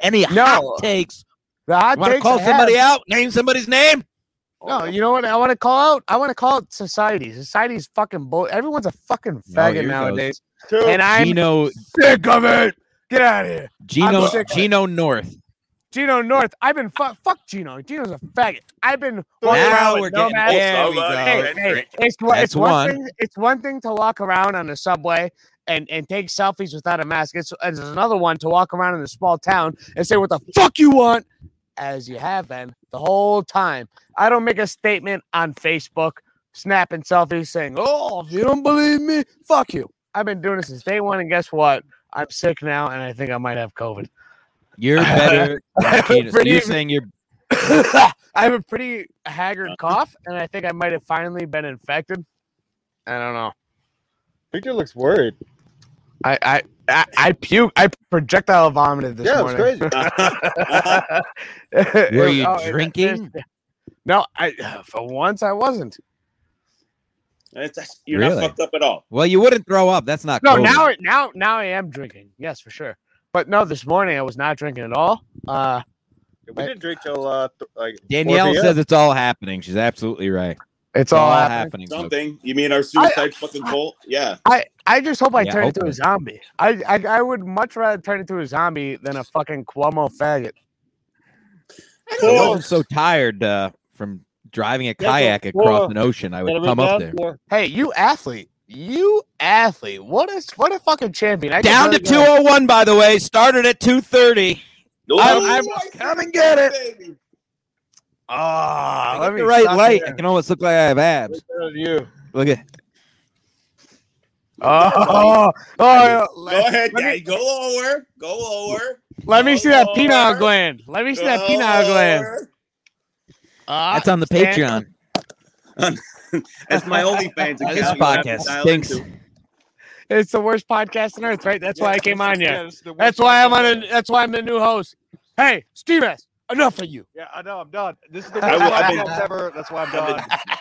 Speaker 1: any
Speaker 5: No.
Speaker 1: hot takes?
Speaker 5: the hot
Speaker 1: You want to
Speaker 5: takes I
Speaker 1: call somebody
Speaker 5: have-
Speaker 1: out? Name somebody's name.
Speaker 4: Oh,
Speaker 5: No, you know what? I want to call out. I want to call out society. Society's fucking bull. Everyone's a fucking
Speaker 1: No,
Speaker 5: faggot
Speaker 1: you're
Speaker 5: nowadays, and I'm
Speaker 1: Gino
Speaker 5: sick of it. Get out of here,
Speaker 1: Gino
Speaker 5: I'm sick.
Speaker 1: Gino North.
Speaker 5: Gino North. I've been fuck fuck Gino. Gino's a faggot. I've been walking
Speaker 1: Now
Speaker 5: around
Speaker 1: we're
Speaker 5: with
Speaker 1: getting
Speaker 5: nomads.
Speaker 1: there. We
Speaker 4: Somebody.
Speaker 1: go.
Speaker 5: Hey, hey, it's one,
Speaker 1: That's
Speaker 5: it's one,
Speaker 1: one.
Speaker 5: thing. It's one thing to walk around on the subway and, and take selfies without a mask. It's, it's another one to walk around in a small town and say what the fuck you want, as you have been the whole time. I don't make a statement on Facebook, snapping selfies, saying, "Oh, if you don't believe me, fuck you." I've been doing this since day one, and guess what? I'm sick now, and I think I might have COVID.
Speaker 1: You're better.
Speaker 5: <laughs>
Speaker 1: than Gino. So you're saying you're
Speaker 5: <coughs> I have a pretty haggard
Speaker 2: Uh,
Speaker 5: cough, and I think I might have finally been infected. I don't know.
Speaker 2: Victor looks worried.
Speaker 5: I I I, I puke. I projectile vomited this
Speaker 2: yeah, it's
Speaker 5: morning. <laughs>
Speaker 2: crazy.
Speaker 1: Were
Speaker 5: It-
Speaker 1: you
Speaker 5: oh, it-
Speaker 1: drinking?
Speaker 5: No, I <sighs> for once I wasn't.
Speaker 4: <laughs> It's- that's- you're
Speaker 1: Really?
Speaker 4: not fucked up at all.
Speaker 1: Well, you wouldn't throw up. That's not.
Speaker 5: No,
Speaker 1: COVID.
Speaker 5: now it now now I am drinking. Yes, for sure. But no, this morning I was not drinking at all. Uh,
Speaker 2: we didn't drink till uh, th- like 4
Speaker 1: Danielle
Speaker 2: p.m.
Speaker 1: says it's all happening. She's absolutely right. It's
Speaker 5: It's
Speaker 1: all
Speaker 5: all happening.
Speaker 1: happening. folks.
Speaker 4: Something. You mean our suicide fucking cult? Yeah.
Speaker 5: I, I just hope I
Speaker 1: Yeah,
Speaker 5: turn into
Speaker 1: hopefully.
Speaker 5: a zombie. I, I I would much rather turn into a zombie than a fucking Cuomo faggot.
Speaker 1: I wasn't so tired uh, from driving a
Speaker 6: That's a
Speaker 1: kayak
Speaker 6: four.
Speaker 1: across an ocean. I would
Speaker 6: Gotta
Speaker 1: come
Speaker 6: be
Speaker 1: up
Speaker 6: down
Speaker 1: there.
Speaker 6: for-
Speaker 5: Hey, you athlete, you athlete. What is what a fucking champion? I just
Speaker 1: Down to
Speaker 5: heard-
Speaker 1: 201, by the way. Started at 230.
Speaker 4: No,
Speaker 1: I'm-
Speaker 4: no,
Speaker 1: I'm-
Speaker 4: no, no,
Speaker 1: come and get it.
Speaker 4: baby.
Speaker 1: I
Speaker 5: Ah, let
Speaker 1: get
Speaker 5: me
Speaker 1: the right
Speaker 5: suck
Speaker 1: light.
Speaker 5: it.
Speaker 1: I can almost look like I have abs.
Speaker 6: Look at you.
Speaker 1: Look at
Speaker 5: <laughs> Oh, oh,
Speaker 4: Go
Speaker 5: let,
Speaker 4: ahead,
Speaker 5: let
Speaker 4: guy.
Speaker 5: me-
Speaker 4: Go lower. Go lower.
Speaker 5: let me see that
Speaker 4: Go
Speaker 5: penile
Speaker 4: lower.
Speaker 5: gland. Let me see that
Speaker 4: Go
Speaker 5: penile gland.
Speaker 4: lower.
Speaker 5: Ah,
Speaker 1: that's on the
Speaker 5: stand-
Speaker 1: Patreon.
Speaker 4: That's my OnlyFans account.
Speaker 1: This
Speaker 4: You have to
Speaker 1: podcast
Speaker 4: dial
Speaker 1: stinks.
Speaker 4: into.
Speaker 5: It's the worst podcast on earth, right? That's why I came on here.
Speaker 6: Yeah, this is the
Speaker 5: That's
Speaker 6: worst
Speaker 5: why I'm on.
Speaker 6: podcast.
Speaker 5: A, that's why I'm the new host. Hey, Steve S. Enough of you.
Speaker 6: Yeah, I know. I'm done. This is the
Speaker 4: I
Speaker 6: worst
Speaker 4: will- I've been-
Speaker 6: podcast ever. That's why I'm
Speaker 4: I've
Speaker 6: done.
Speaker 4: been,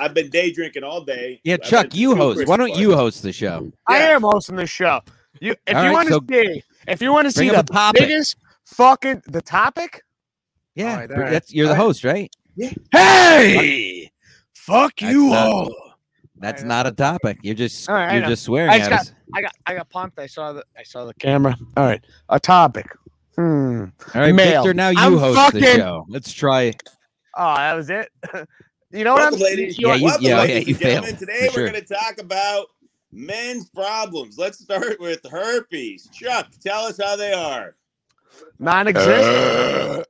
Speaker 4: I've been day drinking all day.
Speaker 1: Yeah,
Speaker 4: I've
Speaker 1: Chuck,
Speaker 4: been
Speaker 1: you
Speaker 4: super
Speaker 1: host. Why don't
Speaker 4: fucked.
Speaker 1: you host the show?
Speaker 5: I
Speaker 4: Yeah.
Speaker 5: am hosting this show. You, if
Speaker 1: All
Speaker 5: you
Speaker 1: right,
Speaker 5: want to
Speaker 1: so
Speaker 5: see, if you want to see
Speaker 1: Bring
Speaker 5: the
Speaker 1: up a topic.
Speaker 5: biggest fucking the topic.
Speaker 1: Yeah,
Speaker 5: All right, all
Speaker 1: br-
Speaker 5: right.
Speaker 1: that's you're the host, right?
Speaker 5: Hey, fuck
Speaker 1: That's
Speaker 5: you
Speaker 1: not-
Speaker 5: all.
Speaker 1: That's
Speaker 5: right,
Speaker 1: not a topic. You're just
Speaker 5: All right, I
Speaker 1: you're
Speaker 5: know.
Speaker 1: just swearing
Speaker 5: I
Speaker 1: at
Speaker 5: just got-
Speaker 1: us.
Speaker 5: I got I got pumped. I saw the I saw the camera. All right, a topic. Hmm.
Speaker 1: All right,
Speaker 5: mail.
Speaker 1: Victor, now you
Speaker 5: I'm
Speaker 1: host the
Speaker 5: fucking-
Speaker 1: show. Let's try.
Speaker 5: Oh, that was it. <laughs> you know what
Speaker 4: Welcome,
Speaker 5: I'm
Speaker 4: ladies.
Speaker 5: you
Speaker 1: Yeah,
Speaker 5: know what-
Speaker 1: you-
Speaker 4: Welcome,
Speaker 1: yeah,
Speaker 4: ladies
Speaker 1: yeah,
Speaker 4: and
Speaker 1: you
Speaker 4: gentlemen.
Speaker 1: failed,
Speaker 4: Today
Speaker 1: for
Speaker 4: we're
Speaker 1: sure.
Speaker 4: going to talk about men's problems. Let's start with herpes. Chuck, tell us how they are.
Speaker 5: non-existent.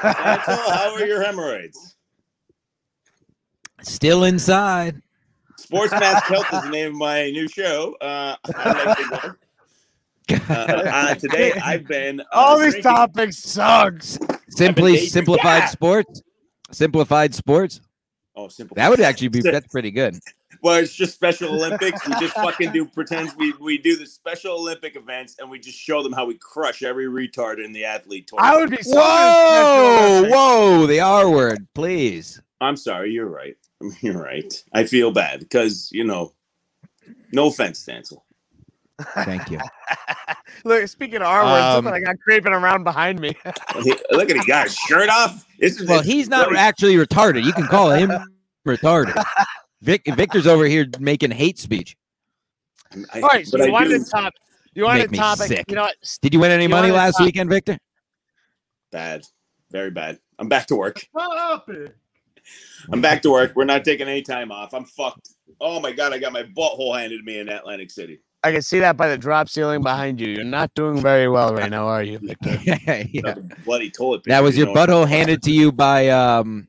Speaker 4: Axel, how are your hemorrhoids?
Speaker 1: Still inside.
Speaker 4: Sports Mask Health is the name of my new show. Uh, I like big one. uh, uh, today I've been uh,
Speaker 5: All these
Speaker 4: drinking-
Speaker 5: topics sucks.
Speaker 1: <laughs> Simply
Speaker 4: daydreaming.
Speaker 1: simplified
Speaker 4: Yeah.
Speaker 1: sports. Simplified sports.
Speaker 4: Oh, simple.
Speaker 1: That would actually
Speaker 5: <laughs>
Speaker 1: be
Speaker 4: Sim-
Speaker 1: that's pretty good.
Speaker 4: Well, it's just Special Olympics. We just fucking do pretends we we do the Special Olympic events and we just show them how we crush every retard in the athlete
Speaker 5: I
Speaker 4: tournament.
Speaker 5: would be so
Speaker 1: Whoa, whoa, the R word, please.
Speaker 4: I'm sorry, you're right. <laughs> You're right. I feel bad because you know, no offense, Stancil.
Speaker 1: Thank you.
Speaker 5: Look, speaking of R words,
Speaker 1: Um,
Speaker 5: something I got creeping around behind me.
Speaker 4: Look at he got his shirt off. This is
Speaker 1: Well, he's not
Speaker 4: really-
Speaker 1: actually retarded. You can call
Speaker 4: <laughs>
Speaker 1: him retarded. Vic, Victor's over here making hate speech.
Speaker 4: I-
Speaker 5: All right, so
Speaker 4: but
Speaker 5: you
Speaker 4: I
Speaker 5: wanted
Speaker 4: do
Speaker 5: a top. You wanted
Speaker 1: Make
Speaker 5: a
Speaker 1: me
Speaker 5: topic.
Speaker 1: sick.
Speaker 5: You know what?
Speaker 1: Did you win any
Speaker 5: You
Speaker 1: money
Speaker 5: wanna
Speaker 1: last
Speaker 5: talk-
Speaker 1: weekend, Victor? <laughs>
Speaker 4: bad, very bad. I'm back to work.
Speaker 6: Shut up. It
Speaker 4: I'm back to work. We're not taking any time off. I'm fucked. Oh my god, I got my butthole handed to me in Atlantic City.
Speaker 5: I can see that by the drop ceiling behind you. You're not doing very well right
Speaker 1: <laughs>
Speaker 5: now, are you?
Speaker 1: yeah.
Speaker 4: Another Bloody toilet.
Speaker 1: That
Speaker 4: paper,
Speaker 1: was
Speaker 4: you
Speaker 1: your
Speaker 4: know.
Speaker 1: butthole handed to you by um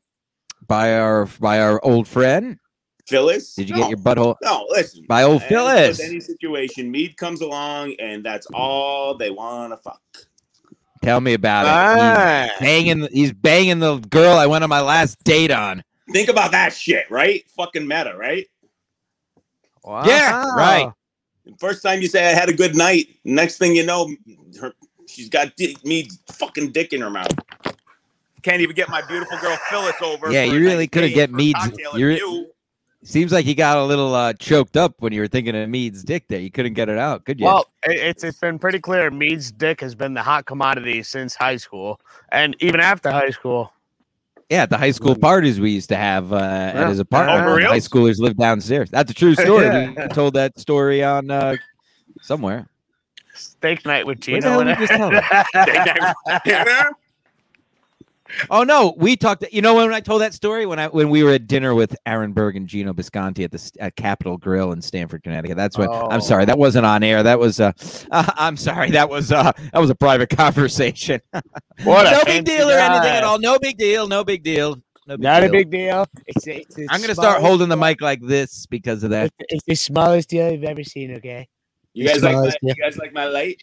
Speaker 1: by our by our old friend.
Speaker 4: Phyllis.
Speaker 1: Did you
Speaker 4: No.
Speaker 1: get your butthole
Speaker 4: No, listen.
Speaker 1: by old
Speaker 4: As
Speaker 1: Phyllis?
Speaker 4: With any situation, Mead comes along, and that's all they want to fuck.
Speaker 1: Tell me about it.
Speaker 5: Ah,
Speaker 1: He's banging he's banging the girl I went on my last date on.
Speaker 4: Think about that shit, right? Fucking meta, right?
Speaker 5: wow.
Speaker 1: Yeah, right.
Speaker 4: First time you say I had a good night, next thing you know, her, she's got di- Mead's fucking dick in her mouth. Can't even get my beautiful girl Phyllis over.
Speaker 1: Yeah,
Speaker 4: for
Speaker 1: you
Speaker 4: a
Speaker 1: really
Speaker 4: nice
Speaker 1: couldn't
Speaker 4: date
Speaker 1: get
Speaker 4: for a
Speaker 1: Mead's-
Speaker 4: cocktail and
Speaker 1: you're-
Speaker 4: you.
Speaker 1: Seems like he got a little uh, choked up when you were thinking of Mead's dick there. You couldn't get it out, could you?
Speaker 5: Well, it, it's it's been pretty clear. Mead's dick has been the hot commodity since high school, and even after high school.
Speaker 1: yeah, at the high school parties we used to have uh,
Speaker 5: Yeah.
Speaker 1: at his apartment.
Speaker 5: Oh, for
Speaker 1: when the
Speaker 4: real?
Speaker 1: high schoolers lived downstairs. That's a
Speaker 5: <laughs>
Speaker 1: true story. We told that story on uh, somewhere.
Speaker 5: Steak night with
Speaker 1: Where the hell
Speaker 5: Gino.
Speaker 1: did we just tell
Speaker 4: Yeah.
Speaker 1: Oh no, we talked. You know when I told that story when I when we were at dinner with Aaron Berg and Gino Bisconti at the S- at Capitol Grill in Stamford, Connecticut. That's when I'm sorry
Speaker 5: Oh.
Speaker 1: that wasn't on air. That was uh, uh I'm sorry that was uh that was a private <laughs> conversation.
Speaker 5: <laughs> What
Speaker 1: no big deal or anything at all. No big deal. No big deal. No big
Speaker 5: Not
Speaker 1: deal.
Speaker 5: a big deal. It's, it's, it's
Speaker 1: I'm gonna start holding the mic like this because of that.
Speaker 5: It's, it's the smallest deal you've ever seen. Okay.
Speaker 4: You guys like my,
Speaker 5: Nice, yeah.
Speaker 4: you guys like my light?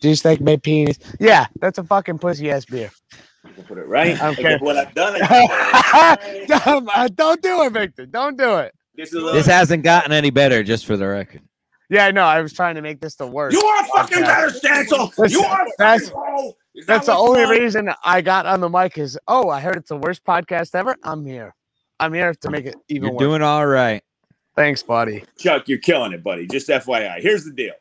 Speaker 5: Just like my penis. Yeah, that's a fucking pussy ass beer. <laughs>
Speaker 4: I can put it right. I
Speaker 5: Okay.
Speaker 4: can put what I've
Speaker 1: <laughs>
Speaker 4: done. I can put it right.
Speaker 5: Dumb, uh, don't do it, Victor. Don't do it.
Speaker 4: This is a little-
Speaker 1: This hasn't gotten any better, just for the record.
Speaker 5: Yeah, I know. I was trying to make this the worst.
Speaker 4: You are a fucking better, Stancil. You
Speaker 5: Listen,
Speaker 4: are a
Speaker 5: that's-
Speaker 4: fucking hoe. Is that
Speaker 5: That's the
Speaker 4: what you
Speaker 5: only
Speaker 4: want?
Speaker 5: reason I got on the mic is oh, I heard it's the worst podcast ever. I'm here. I'm here to make it even
Speaker 1: You're
Speaker 5: worse.
Speaker 1: doing all right.
Speaker 5: Thanks, buddy.
Speaker 4: Chuck, you're killing it, buddy. Just FYI. Here's the deal.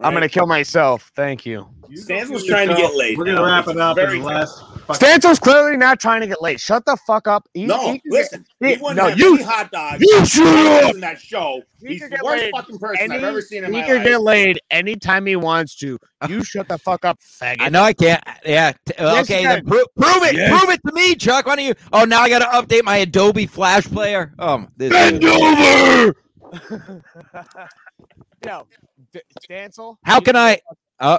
Speaker 5: I'm gonna kill myself. Thank you.
Speaker 4: Stans was trying to get laid.
Speaker 6: We're gonna wrap it up
Speaker 4: Very
Speaker 6: in the last. fucking-
Speaker 5: Stanton's clearly not trying to get late. Shut the fuck up. He-
Speaker 4: No,
Speaker 5: he can get-
Speaker 4: listen. He
Speaker 5: he-
Speaker 4: wouldn't
Speaker 5: no,
Speaker 4: have
Speaker 5: you-
Speaker 4: any hot dogs.
Speaker 5: you shut up.
Speaker 4: in that show.
Speaker 5: He
Speaker 4: He's
Speaker 5: could
Speaker 4: the
Speaker 5: get
Speaker 4: worst
Speaker 5: laid
Speaker 4: fucking person I've
Speaker 5: any-
Speaker 4: ever seen in
Speaker 5: he
Speaker 4: my
Speaker 5: can
Speaker 4: life.
Speaker 5: get laid anytime he wants
Speaker 1: <laughs>
Speaker 5: to. You shut the fuck up, faggot.
Speaker 1: I know I can't. Yeah. t-
Speaker 5: Yes,
Speaker 1: okay.
Speaker 5: you
Speaker 1: Then pro- prove it.
Speaker 2: Yes.
Speaker 1: Prove it to me, Chuck. Why don't you? Oh, now I got to update my Adobe Flash Player. Oh, this
Speaker 5: over. <laughs> no, D- Stancil.
Speaker 1: How
Speaker 5: you-
Speaker 1: can I? Oh,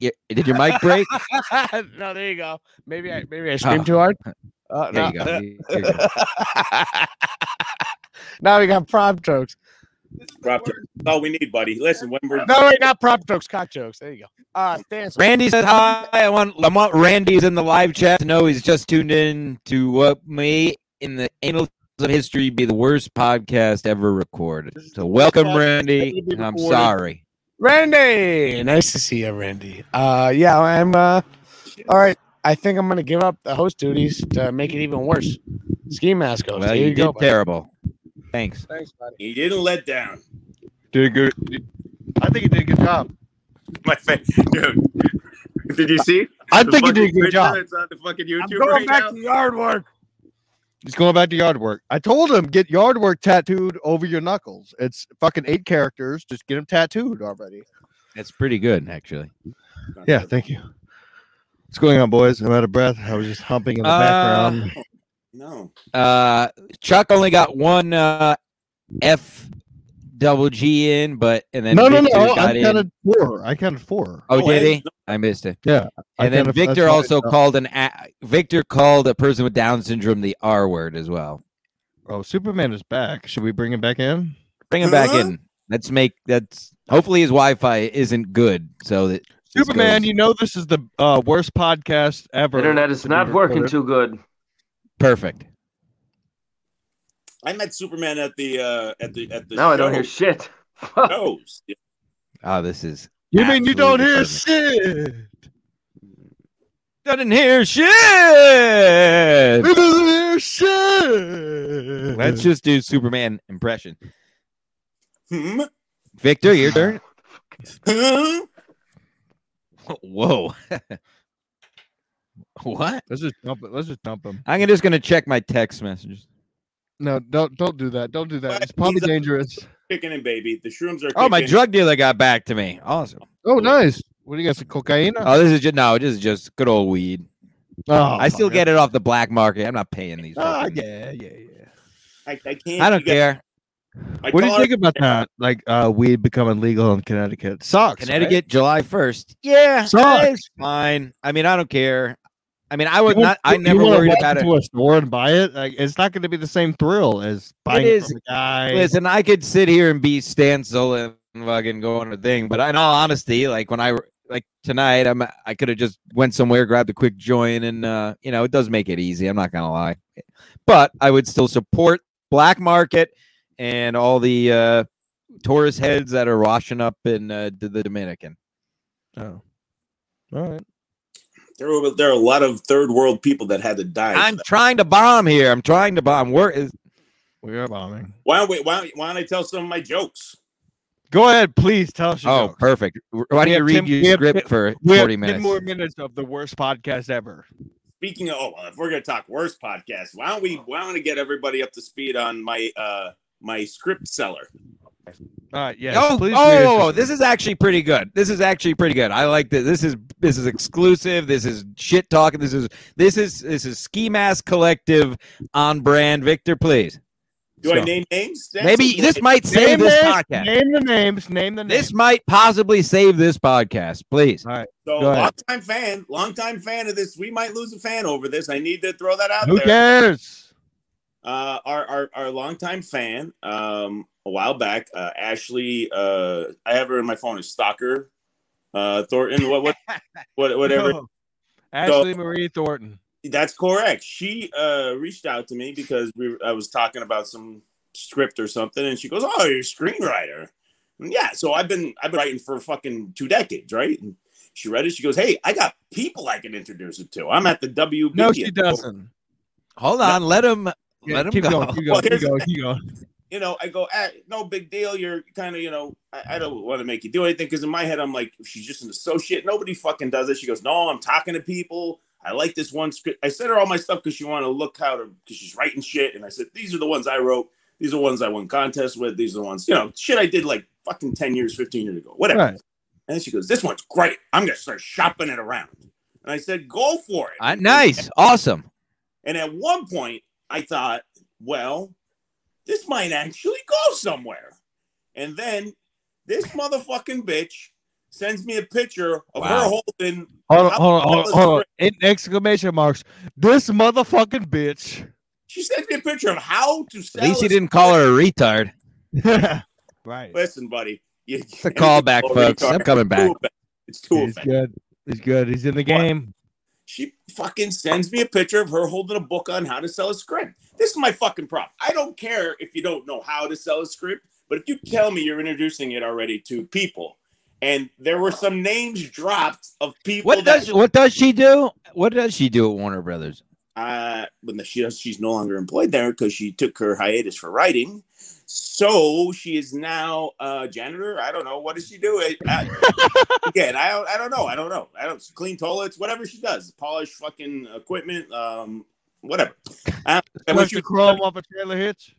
Speaker 1: yeah, did your mic break?
Speaker 5: <laughs> no, there you go. Maybe I maybe I screamed too hard. Uh,
Speaker 1: There
Speaker 5: no.
Speaker 1: you go. <laughs> Here you go.
Speaker 5: <laughs> now we got prop jokes.
Speaker 4: Drop it. That's all we need, buddy. Listen, when we're
Speaker 5: No, wait, not prop jokes, cock jokes. There you go. Uh, Stancil.
Speaker 1: Randy says hi. I want I want Randy's in the live chat to know he's just tuned in to what may in the annals of history be the worst podcast ever recorded. So welcome, Randy. And I'm sorry.
Speaker 5: Randy, nice to see you, Randy. Uh, yeah, I'm. Uh, all right, I think I'm gonna give up the host duties to make it even worse. Ski mask goes.
Speaker 1: Well,
Speaker 5: Oh, there
Speaker 1: you,
Speaker 5: you,
Speaker 1: did
Speaker 5: go. buddy.
Speaker 1: terrible. Thanks.
Speaker 5: Thanks, buddy.
Speaker 4: he didn't let
Speaker 5: <laughs>
Speaker 4: down.
Speaker 2: Did good. I think he did a good job.
Speaker 4: My face, dude. Did you see?
Speaker 2: I
Speaker 4: the
Speaker 2: think he did a
Speaker 4: fucking
Speaker 2: good
Speaker 4: picture
Speaker 2: job.
Speaker 4: that's on the fucking
Speaker 5: I'm
Speaker 4: YouTube
Speaker 5: going
Speaker 4: right
Speaker 5: back
Speaker 4: now?
Speaker 5: to yard work.
Speaker 2: He's going back to yard work. I told him get yard work tattooed over your knuckles. It's fucking eight characters. Just get him tattooed already.
Speaker 1: That's pretty good, actually.
Speaker 2: Yeah, thank you. What's going on, boys? I'm out of breath. I was just humping in the
Speaker 1: Uh,
Speaker 2: background.
Speaker 4: No.
Speaker 1: Uh, Chuck only got one uh, F double G in, but and then
Speaker 2: No, no,
Speaker 1: Victor
Speaker 2: no.
Speaker 1: got
Speaker 2: I
Speaker 1: in.
Speaker 2: counted four. I counted four.
Speaker 1: Oh,
Speaker 4: Oh,
Speaker 1: did
Speaker 4: hey,
Speaker 1: he? I missed it.
Speaker 2: Yeah, I
Speaker 1: And then
Speaker 2: counted-
Speaker 1: Victor
Speaker 2: that's why-
Speaker 1: also called an a- Victor called a person with Down syndrome the R word as well.
Speaker 2: Oh, Superman is back. Should we bring him back in?
Speaker 1: Bring him back
Speaker 4: Huh?
Speaker 1: in. Let's make that's hopefully his Wi-Fi isn't good so that this
Speaker 2: Superman,
Speaker 1: goes
Speaker 2: you know this is the uh, worst podcast ever.
Speaker 3: Internet is
Speaker 2: to be
Speaker 3: not working
Speaker 2: recorded.
Speaker 3: too good.
Speaker 1: perfect.
Speaker 4: I met Superman at the uh at the at the
Speaker 3: Now I don't hear
Speaker 4: show-
Speaker 3: shit.
Speaker 4: shows.
Speaker 1: Oh, this is
Speaker 2: You mean you don't hear shit?
Speaker 1: doesn't hear
Speaker 2: <laughs>
Speaker 1: shit.
Speaker 2: You don't hear shit.
Speaker 1: Let's just do Superman impression.
Speaker 4: <laughs> Hmm?
Speaker 1: Victor, your turn.
Speaker 4: Hmm?
Speaker 1: <laughs> Whoa. what?
Speaker 2: let's just dump it. Let's just dump him.
Speaker 1: I'm just gonna check my text messages.
Speaker 2: No, don't don't do that. Don't do that.
Speaker 4: But
Speaker 2: It's probably
Speaker 4: he's a-
Speaker 2: dangerous.
Speaker 4: Kicking in, baby. The shrooms are.
Speaker 1: Oh, my
Speaker 4: kicking.
Speaker 1: drug dealer got back to me. Awesome.
Speaker 2: Oh, nice. What do you got? Some cocaine?
Speaker 1: Oh, this is just no, this is just good old weed.
Speaker 2: Oh,
Speaker 1: I still
Speaker 2: fuck.
Speaker 1: get it off the black market. I'm not paying these.
Speaker 2: Ah,
Speaker 1: fucking-
Speaker 2: yeah, yeah, yeah.
Speaker 4: I, I can't.
Speaker 1: I don't
Speaker 4: you got-
Speaker 1: care.
Speaker 4: I
Speaker 2: what do you
Speaker 4: told her-
Speaker 2: think about that? Like uh, weed becoming legal in Connecticut sucks. right?
Speaker 1: Connecticut, July first. Yeah,
Speaker 2: Sucks.
Speaker 1: it's fine. I mean, I don't care. I mean, I would
Speaker 2: You
Speaker 1: not. I
Speaker 2: you
Speaker 1: never
Speaker 2: wanna
Speaker 1: worried
Speaker 2: walk
Speaker 1: about it.
Speaker 2: into a store and buy it. Like, it's not going to be the same thrill as buying it,
Speaker 1: is-
Speaker 2: from a guy.
Speaker 1: Listen, I could sit here and be Stan Zola and fucking go on a thing, but in all honesty, like when I like tonight, I'm I could have just went somewhere, grabbed a quick joint, and uh, you know, it does make it easy. I'm not gonna lie, but I would still support black market and all the uh, tourist heads that are washing up in uh, d- the Dominican.
Speaker 2: Oh. All right.
Speaker 4: There were there are a lot of third world people that had to die.
Speaker 1: I'm trying to bomb here. I'm trying to bomb. Where is
Speaker 2: We are bombing.
Speaker 4: why don't we, why don't, why don't I tell some of my jokes?
Speaker 2: Go ahead, please tell us. Your
Speaker 1: Oh,
Speaker 2: joke.
Speaker 1: perfect. R- Why don't
Speaker 2: We
Speaker 1: you
Speaker 2: have
Speaker 1: read
Speaker 2: ten- we
Speaker 1: your
Speaker 2: have
Speaker 1: script
Speaker 2: ten-
Speaker 1: for
Speaker 2: we have
Speaker 1: 40
Speaker 2: ten more
Speaker 1: minutes?
Speaker 2: minutes of the worst podcast ever.
Speaker 4: Speaking of, oh, well, if we're gonna talk worst podcast, why don't we why don't we get everybody up to speed on my uh my script seller?
Speaker 2: All right. Yes.
Speaker 1: Oh,
Speaker 2: please read us
Speaker 1: oh,
Speaker 2: your-
Speaker 1: this is actually pretty good. This is actually pretty good. I like this. This is this is exclusive. This is shit talking. This is this is this is ski mask collective on brand. Victor, please.
Speaker 4: Do
Speaker 1: Let's
Speaker 4: I
Speaker 1: go.
Speaker 4: name names? That's
Speaker 1: Maybe
Speaker 4: okay.
Speaker 1: this might save
Speaker 2: Name,
Speaker 1: this
Speaker 2: names,
Speaker 1: podcast.
Speaker 2: name the names. Name the names.
Speaker 1: This might possibly save this podcast. Please.
Speaker 4: So
Speaker 2: Go
Speaker 4: long
Speaker 2: ahead.
Speaker 4: time fan, long time fan of this. We might lose a fan over this. I need to throw that out
Speaker 2: Who
Speaker 4: there.
Speaker 2: cares?
Speaker 4: Uh, our our our longtime fan, um, a while back, uh, Ashley. Uh, I have her in my phone as Stalker. Uh, Thornton.
Speaker 2: <laughs>
Speaker 4: What what what whatever.
Speaker 2: No. Ashley Marie Thornton.
Speaker 4: That's correct. She uh, reached out to me because we I was talking about some script or something, and she goes, "Oh, you're a screenwriter." And yeah, so I've been I've been writing for fucking two decades, right? And she read it. She goes, "Hey, I got people I can introduce it to. I'm at the WB."
Speaker 2: No, she doesn't.
Speaker 1: Hold on. Let him
Speaker 2: Yeah,
Speaker 1: let him
Speaker 2: keep
Speaker 1: go.
Speaker 2: going. Keep going.
Speaker 4: Well,
Speaker 2: Keep
Speaker 4: here's the
Speaker 2: going. Keep going.
Speaker 4: you know, I go, ah, no big deal. You're kind of, you know, I, I don't want to make you do anything because in my head, I'm like, she's just an associate. Nobody fucking does it. She goes, no, I'm talking to people. I like this one script. I sent her all my stuff because she wanted to look how to, because she's writing shit. And I said, these are the ones I wrote. These are the ones I won contests with. These are the ones, you know, shit I did like fucking 10 years, 15 years ago, whatever.
Speaker 2: Right.
Speaker 4: And she goes, this one's great. I'm going to start shopping it around. And I said, go for it.
Speaker 1: Uh, nice. Awesome.
Speaker 4: And at one point, I thought, well, this might actually go somewhere. And then this <laughs> motherfucking bitch sends me a picture of
Speaker 1: Wow.
Speaker 4: her holding.
Speaker 2: Hold on,
Speaker 4: How-
Speaker 2: hold on, hold on,
Speaker 4: how
Speaker 2: hold on. In exclamation marks. This motherfucking bitch. <laughs>
Speaker 4: She sends me a picture of how to
Speaker 1: At
Speaker 4: sell.
Speaker 1: least he
Speaker 4: a-
Speaker 1: didn't call her a retard.
Speaker 2: right.
Speaker 4: Listen, buddy, you, it's
Speaker 1: It's a callback, folks. I'm coming back.
Speaker 4: It's too
Speaker 2: He's
Speaker 4: offensive.
Speaker 2: good. He's good. He's in the game.
Speaker 4: She fucking sends me a picture of her holding a book on how to sell a script. This is my fucking problem. I don't care if you don't know how to sell a script, but if you tell me you're introducing it already to people, and there were some names dropped of people.
Speaker 1: What
Speaker 4: that,
Speaker 1: does what does she do? What does she do at Warner Brothers?
Speaker 4: uh, when the, she she's no longer employed there because she took her hiatus for writing. So she is now a janitor. I don't know what does she do. I, I- again, I don't, I don't know. I don't know. I don't clean toilets, whatever she does, polish fucking equipment, um, whatever. Uh, and when
Speaker 2: Lift
Speaker 4: she,
Speaker 2: the chrome off a trailer hitch.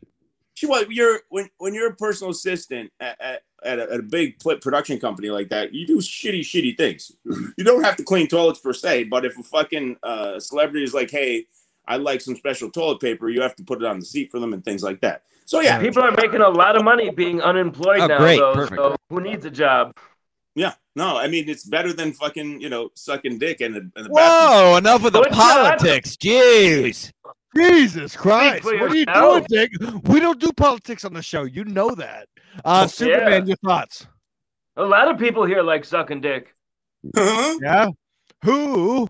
Speaker 4: she was you're when when you're a personal assistant at, at, at, a, at a big pl- production company like that, you do shitty shitty things. <laughs> you don't have to clean toilets per se, but if a fucking uh, celebrity is like, hey. I like some special toilet paper. You have to put it on the seat for them and things like that. So yeah,
Speaker 3: People are making a lot of money being unemployed
Speaker 1: Oh,
Speaker 3: now,
Speaker 1: great.
Speaker 3: though.
Speaker 1: Perfect.
Speaker 3: So who needs a job?
Speaker 4: Yeah, no, I mean it's better than fucking you know sucking dick in the, in the bathroom.
Speaker 1: Whoa, enough
Speaker 2: Oh,
Speaker 1: of the
Speaker 3: Good job.
Speaker 1: politics. Jeez.
Speaker 2: Jesus Christ.
Speaker 3: for
Speaker 2: What are you doing,
Speaker 3: yourself.
Speaker 2: Dick? We don't do politics on the show. You know that. Uh, Superman, your thoughts.
Speaker 3: A lot of people here like sucking dick.
Speaker 4: <laughs> Huh?
Speaker 2: Yeah. Who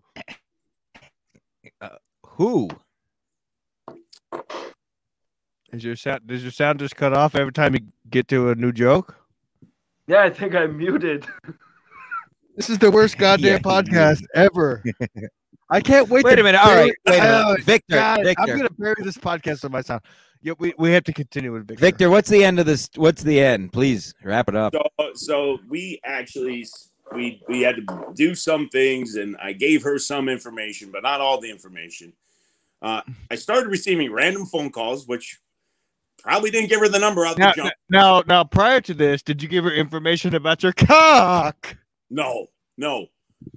Speaker 1: Who?
Speaker 2: is your sound? Does your sound just cut off every time you get to a new joke?
Speaker 3: Yeah, I think I'm muted.
Speaker 2: This is the <laughs> worst
Speaker 1: Yeah,
Speaker 2: goddamn podcast <laughs> ever. I can't wait.
Speaker 1: Wait
Speaker 2: to
Speaker 1: a minute. All
Speaker 2: bury-
Speaker 1: right. Wait a
Speaker 2: Oh,
Speaker 1: minute. Victor.
Speaker 2: God, I'm
Speaker 1: Victor.
Speaker 2: gonna bury this podcast on my sound. Yeah, we, we have to continue with Victor.
Speaker 1: Victor, what's the end of this? What's the end? Please wrap it up.
Speaker 4: So so we actually s- we we had to do some things, and I gave her some information, but not all the information. Uh, I started receiving random phone calls, which probably didn't give her the number out
Speaker 2: Now,
Speaker 4: the jump.
Speaker 2: now, now, prior to this, did you give her information about your cock?
Speaker 4: No, no.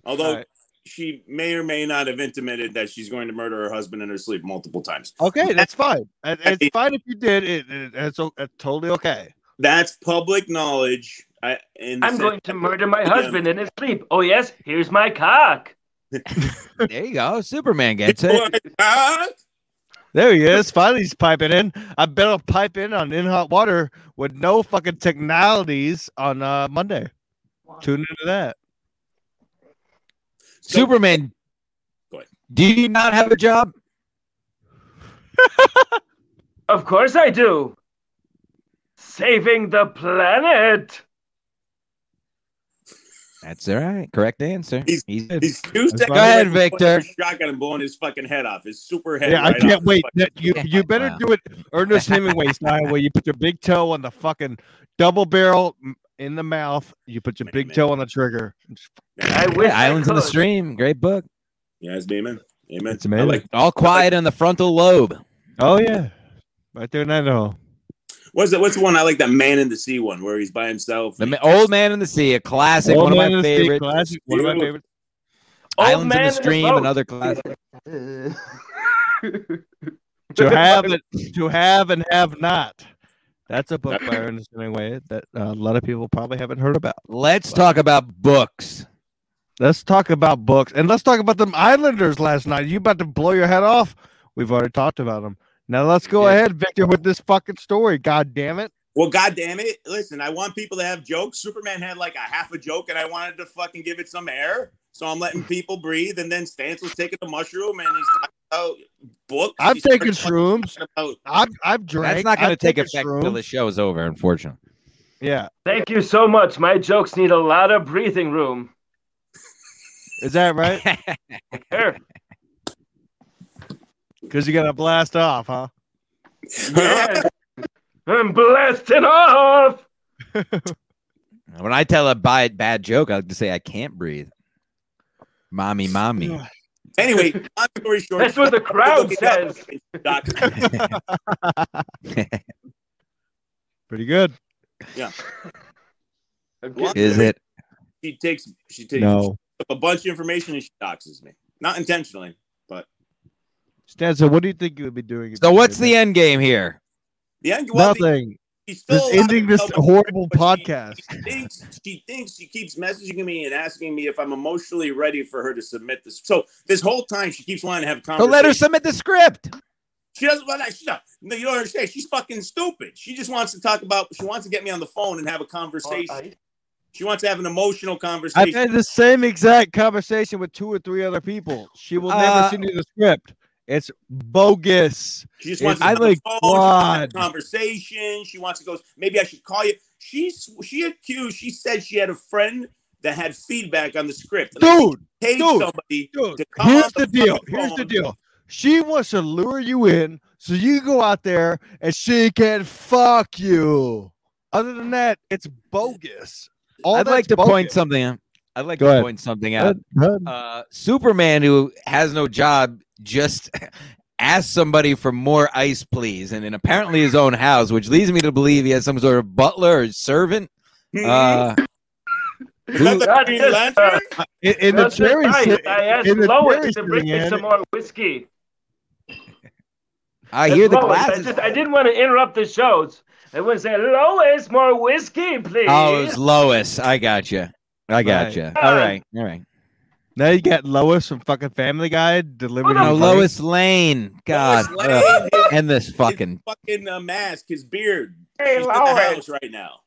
Speaker 4: Although
Speaker 2: All right.
Speaker 4: she may or may not have intimated that she's going to murder her husband in her sleep multiple times.
Speaker 2: Okay, <laughs> that's fine. It-
Speaker 4: I mean-
Speaker 2: It's fine if you did. It, it, it's, o- it's totally okay.
Speaker 4: That's public knowledge. I, in the
Speaker 3: I'm
Speaker 4: sense-
Speaker 3: going to murder my
Speaker 4: Yeah.
Speaker 3: husband in his sleep. Oh, yes, here's my cock.
Speaker 1: There you go. Superman gets it.
Speaker 4: Ah!
Speaker 2: There he is. Finally, he's piping in. I bet I'll pipe in on In Hot Water with no fucking technologies on uh, Monday. Tune into that.
Speaker 4: <laughs> So-
Speaker 1: Superman.
Speaker 4: Go ahead.
Speaker 1: Do you not have a job?
Speaker 3: Of course I do. Saving the planet.
Speaker 1: That's all right. Correct answer.
Speaker 4: He's-
Speaker 1: He's-
Speaker 4: He's two seconds.
Speaker 1: ahead,
Speaker 4: away from
Speaker 1: Victor.
Speaker 4: putting a Shotgun and blowing his fucking head off. His super head.
Speaker 2: Yeah, I
Speaker 4: right
Speaker 2: can't
Speaker 4: off.
Speaker 2: wait.
Speaker 4: Fuck.
Speaker 2: That- you you better
Speaker 1: Wow.
Speaker 2: do it Ernest Hemingway style, where you put your big toe on the fucking double barrel m- in the mouth. You put your
Speaker 4: Wait a
Speaker 2: big
Speaker 4: minute.
Speaker 2: toe on the trigger.
Speaker 3: I wish
Speaker 1: Yeah, Islands
Speaker 3: I
Speaker 1: in the
Speaker 3: could.
Speaker 1: Stream. Great book.
Speaker 4: Yeah, it's amen. Amen.
Speaker 2: It's amazing.
Speaker 4: I like-
Speaker 1: All quiet on the frontal lobe.
Speaker 2: Oh yeah, right there in Idaho.
Speaker 4: what's the what's the one I like? That man in the sea one where he's by himself.
Speaker 1: The Ma- Old Man in the Sea, a classic,
Speaker 2: Old
Speaker 1: one of
Speaker 2: Man
Speaker 1: my
Speaker 2: in the Sea,
Speaker 1: favorites.
Speaker 2: classic, one of my favorites.
Speaker 3: Old
Speaker 1: Islands in
Speaker 3: Man
Speaker 1: the
Speaker 3: in the
Speaker 1: Stream,
Speaker 3: Boat.
Speaker 1: another classic. <laughs>
Speaker 2: To have and to have and have not. That's a book by
Speaker 4: <laughs>
Speaker 2: Ernest Hemingway that uh, a lot of people probably haven't heard about.
Speaker 1: Let's talk about books.
Speaker 2: Let's talk about books and let's talk about them Islanders last night. You about to blow your head off? We've already talked about them. Now let's go
Speaker 1: Yeah.
Speaker 2: ahead, Victor, with this fucking story. God damn it.
Speaker 4: well, god damn it! Listen, I want people to have jokes. Superman had like a half a joke, and I wanted to fucking give it some air. So
Speaker 2: <sighs>
Speaker 4: I'm letting people breathe, and then Stance was taking the mushroom, and he's talking about books.
Speaker 2: I'm
Speaker 4: He started
Speaker 2: taking
Speaker 4: talking
Speaker 2: shrooms.
Speaker 4: about
Speaker 2: I've I've drank.
Speaker 1: That's not going to
Speaker 2: I've
Speaker 1: take
Speaker 2: taken
Speaker 1: effect until the
Speaker 2: shrooms.
Speaker 1: show is over, unfortunately. <laughs>
Speaker 2: Yeah.
Speaker 3: Thank you so much. My jokes need a lot of breathing room.
Speaker 2: Is
Speaker 1: <laughs>
Speaker 2: that right?
Speaker 3: Here.
Speaker 2: Because you're gonna blast off, huh?
Speaker 3: Yeah. I'm blasting off.
Speaker 1: When I tell a bad, bad joke, I like to say I can't breathe. Mommy, mommy.
Speaker 2: <laughs>
Speaker 4: Anyway, long story short,
Speaker 3: That's what the crowd
Speaker 4: <laughs> Look it up.
Speaker 3: says.
Speaker 4: Doc,
Speaker 2: Pretty good.
Speaker 3: Okay.
Speaker 1: Is it?
Speaker 4: she takes she takes a bunch of information and she doxes me, not intentionally.
Speaker 2: Stanza, what do you think you would be doing? if
Speaker 1: So
Speaker 2: you
Speaker 1: what's
Speaker 2: did
Speaker 1: the end game here?
Speaker 4: The end. Well, the-
Speaker 2: Nothing.
Speaker 4: she's still
Speaker 2: Just
Speaker 4: allowed
Speaker 2: ending
Speaker 4: to
Speaker 2: this
Speaker 4: tell me-
Speaker 2: horrible
Speaker 4: but she-
Speaker 2: podcast. <laughs>
Speaker 4: She thinks she thinks she keeps messaging me and asking me if I'm emotionally ready for her to submit this. So this whole time she keeps wanting to have
Speaker 1: So
Speaker 4: conversations.
Speaker 1: let her submit the script.
Speaker 4: She doesn't want that. She's not, no, you don't understand. She's fucking stupid. She just wants to talk about. She wants to get me on the phone and have a conversation. She wants to have an emotional
Speaker 2: I've
Speaker 4: conversation.
Speaker 2: had the same exact conversation with two or three other people. She will
Speaker 1: Uh,
Speaker 2: never send you the script. It's bogus.
Speaker 4: She just wants to
Speaker 2: I
Speaker 4: have a
Speaker 2: like
Speaker 4: phone, she wants to have a
Speaker 2: God.
Speaker 4: conversation. She wants to go. Maybe I should call you. She s- she accused. She said she had a friend that had feedback on the script. And I
Speaker 2: Dude,
Speaker 4: paid
Speaker 2: dude,
Speaker 4: somebody
Speaker 2: dude,
Speaker 4: to come
Speaker 2: here's
Speaker 4: on
Speaker 2: the
Speaker 4: the
Speaker 2: deal.
Speaker 4: fucking
Speaker 2: Here's the
Speaker 4: phone.
Speaker 2: deal. She wants to lure you in so you go out there and she can fuck you. Other than that, it's bogus. All
Speaker 1: I'd like
Speaker 2: that's
Speaker 1: to
Speaker 2: bogus.
Speaker 1: point something out. I'd like
Speaker 2: Go
Speaker 1: to
Speaker 2: ahead.
Speaker 1: point something
Speaker 2: Go
Speaker 1: out.
Speaker 2: ahead, go ahead.
Speaker 1: Uh, Superman, who has no job, just <laughs> asked somebody for more ice, please, and in apparently his own house, which leads me to believe he has some sort of butler or servant.
Speaker 2: <laughs>
Speaker 4: Hmm?
Speaker 1: Uh,
Speaker 4: Is that the
Speaker 3: Not uh,
Speaker 4: Green
Speaker 3: this
Speaker 4: Lantern?
Speaker 2: In, in the
Speaker 3: That's just
Speaker 2: cherry
Speaker 3: right.
Speaker 2: sit-
Speaker 3: I asked
Speaker 2: in the
Speaker 3: Lois
Speaker 2: cherry
Speaker 3: to bring me
Speaker 2: sitting,
Speaker 3: some
Speaker 2: Andy.
Speaker 3: more whiskey.
Speaker 1: I hear the
Speaker 3: Lois, I,
Speaker 1: glasses.
Speaker 3: just, I didn't want to interrupt the shows. I would say, Lois, more whiskey, please.
Speaker 1: Oh, it was Lois. I got you. I got
Speaker 4: Um,
Speaker 1: you. All right. All right.
Speaker 2: Now you got Lois from fucking Family Guy delivering.
Speaker 3: the
Speaker 1: No,
Speaker 2: you
Speaker 1: Lois Lane. God.
Speaker 4: Lois Lane, his-
Speaker 1: And this fucking.
Speaker 4: his fucking uh, mask, his beard.
Speaker 7: Hey,
Speaker 4: She's in the
Speaker 7: Lois.
Speaker 4: house right now.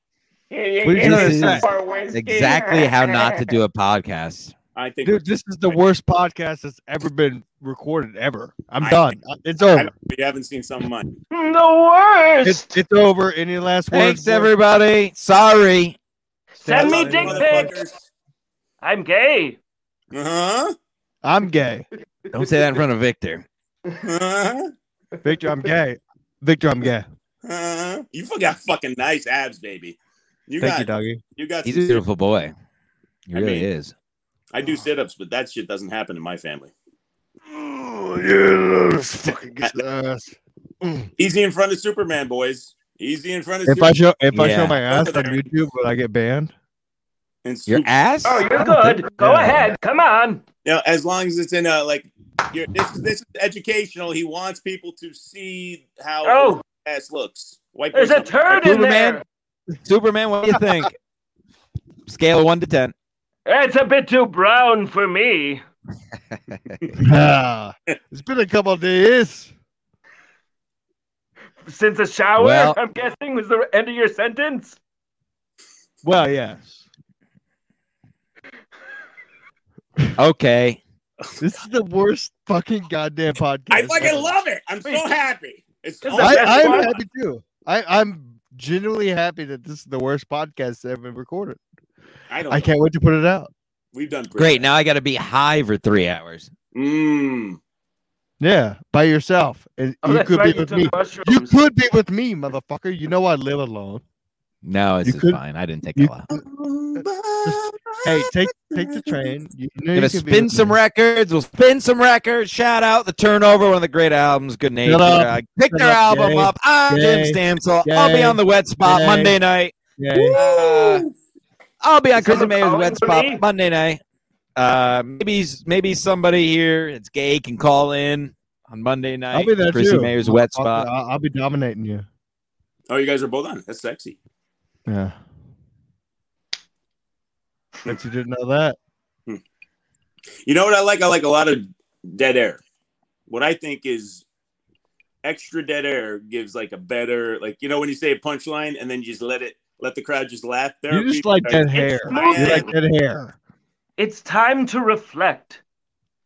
Speaker 2: What did you
Speaker 1: This
Speaker 2: say?
Speaker 1: is exactly how not
Speaker 3: <laughs>
Speaker 1: to do a podcast.
Speaker 4: I think
Speaker 2: Dude, this is the
Speaker 4: Right.
Speaker 2: worst podcast that's ever been recorded ever. I'm
Speaker 4: I-
Speaker 2: done. Uh, It's
Speaker 4: I
Speaker 2: over.
Speaker 4: don't- we haven't seen some of mine.
Speaker 3: The
Speaker 2: It's,
Speaker 3: worst.
Speaker 2: it's over. Any last
Speaker 1: <laughs>
Speaker 2: words?
Speaker 1: Thanks, everybody. Sorry.
Speaker 3: Send me
Speaker 4: Motherfuckers.
Speaker 3: dick pics. I'm gay.
Speaker 4: Uh-huh.
Speaker 2: I'm gay.
Speaker 1: Don't say that in front of Victor.
Speaker 4: Uh-huh.
Speaker 2: Victor, I'm gay. Victor, I'm gay.
Speaker 4: Uh-huh. You got fucking nice abs, baby. You
Speaker 2: Thank
Speaker 4: got
Speaker 2: you, doggy.
Speaker 4: you got
Speaker 1: He's a
Speaker 4: some-
Speaker 1: beautiful boy. He
Speaker 4: I
Speaker 1: really
Speaker 4: mean-
Speaker 1: is.
Speaker 4: I do sit ups, but that shit doesn't happen in my family.
Speaker 1: <laughs>
Speaker 4: Easy in front of Superman, boys. Easy in front of
Speaker 2: If I
Speaker 4: Superman.
Speaker 2: show if I
Speaker 1: Yeah.
Speaker 2: show my ass on YouTube, will I get banned?
Speaker 4: and
Speaker 1: Your
Speaker 4: Sup-
Speaker 1: ass?
Speaker 3: Oh,
Speaker 1: I
Speaker 3: you're
Speaker 1: don't think-
Speaker 3: good. Go ahead. Come on.
Speaker 4: you know, as long as it's in a like, you're, this is this is educational. He wants people to see how
Speaker 3: Oh,
Speaker 4: his ass looks. White
Speaker 3: there's a
Speaker 4: person-
Speaker 3: turd in there.
Speaker 1: Superman? Superman, what do you think? Scale of one to ten.
Speaker 3: That's a bit too brown for me.
Speaker 2: Ah, it's been a couple of days.
Speaker 3: Since a shower,
Speaker 1: Well-
Speaker 3: I'm guessing was the end of your sentence.
Speaker 2: Well, yes.
Speaker 1: Okay.
Speaker 2: This is the worst fucking goddamn podcast.
Speaker 4: I fucking
Speaker 2: ever.
Speaker 4: love it. I'm so happy. It's
Speaker 3: This is
Speaker 4: only-
Speaker 3: the best
Speaker 2: I, I'm
Speaker 3: one.
Speaker 2: happy too. I, I'm genuinely happy that this is the worst podcast that I've been recorded.
Speaker 4: I don't.
Speaker 2: I
Speaker 4: know.
Speaker 2: can't wait to put it out.
Speaker 4: We've done pretty
Speaker 1: Great.
Speaker 4: bad.
Speaker 1: Now I got to be high for three hours.
Speaker 4: Mm.
Speaker 2: Yeah, by yourself. And
Speaker 3: Oh,
Speaker 2: you
Speaker 3: that's
Speaker 2: could
Speaker 3: right.
Speaker 2: be
Speaker 3: You
Speaker 2: with
Speaker 3: took
Speaker 2: me.
Speaker 3: mushrooms.
Speaker 2: You could be with me, motherfucker. You know I live alone.
Speaker 1: No, this
Speaker 2: You
Speaker 1: is
Speaker 2: could-
Speaker 1: fine. I didn't take
Speaker 2: you
Speaker 1: a lot.
Speaker 2: Hey, take take the train. You know you
Speaker 1: Gonna
Speaker 2: could be
Speaker 1: spin
Speaker 2: with
Speaker 1: some
Speaker 2: me.
Speaker 1: records. We'll spin some records. Shout out the turnover, one of the great albums. Good nature.
Speaker 2: up.
Speaker 1: Uh, pick
Speaker 2: Shut
Speaker 1: their
Speaker 2: up,
Speaker 1: album
Speaker 2: Jay.
Speaker 1: up. I'm
Speaker 2: Jay.
Speaker 1: Jim Stansel. I'll be
Speaker 2: Jay.
Speaker 1: on the wet spot
Speaker 2: Jay.
Speaker 1: Monday night.
Speaker 2: Yay.
Speaker 1: Uh, I'll be on
Speaker 3: Is
Speaker 1: Chris
Speaker 3: someone
Speaker 1: Mayer's
Speaker 3: calling
Speaker 1: wet
Speaker 3: for
Speaker 1: spot
Speaker 3: me?
Speaker 1: Monday night. Uh, maybe maybe somebody here that's gay can call in on Monday night.
Speaker 2: I'll be there
Speaker 1: Chrissy
Speaker 2: too.
Speaker 1: Mayer's wet
Speaker 2: I'll,
Speaker 1: spot.
Speaker 2: I'll- I'll be dominating you.
Speaker 4: Oh, you guys are both on. That's sexy.
Speaker 2: Yeah. Bet you didn't know that.
Speaker 4: You know what I like? I like a lot of dead air. What I think is extra dead air gives like a better, like you know when you say a punchline and then you just let it let the crowd just laugh. There, are
Speaker 2: You just
Speaker 4: people
Speaker 2: like
Speaker 4: that are-
Speaker 2: that hair. You
Speaker 3: moving.
Speaker 2: like that hair.
Speaker 3: It's time to reflect.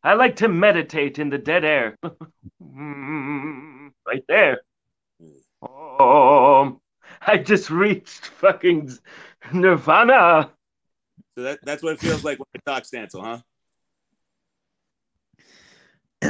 Speaker 3: I like to meditate in the dead air. <laughs> Mm, right there. Um, I just reached fucking nirvana.
Speaker 4: So that, that's what it feels like when I talk Stancil, huh?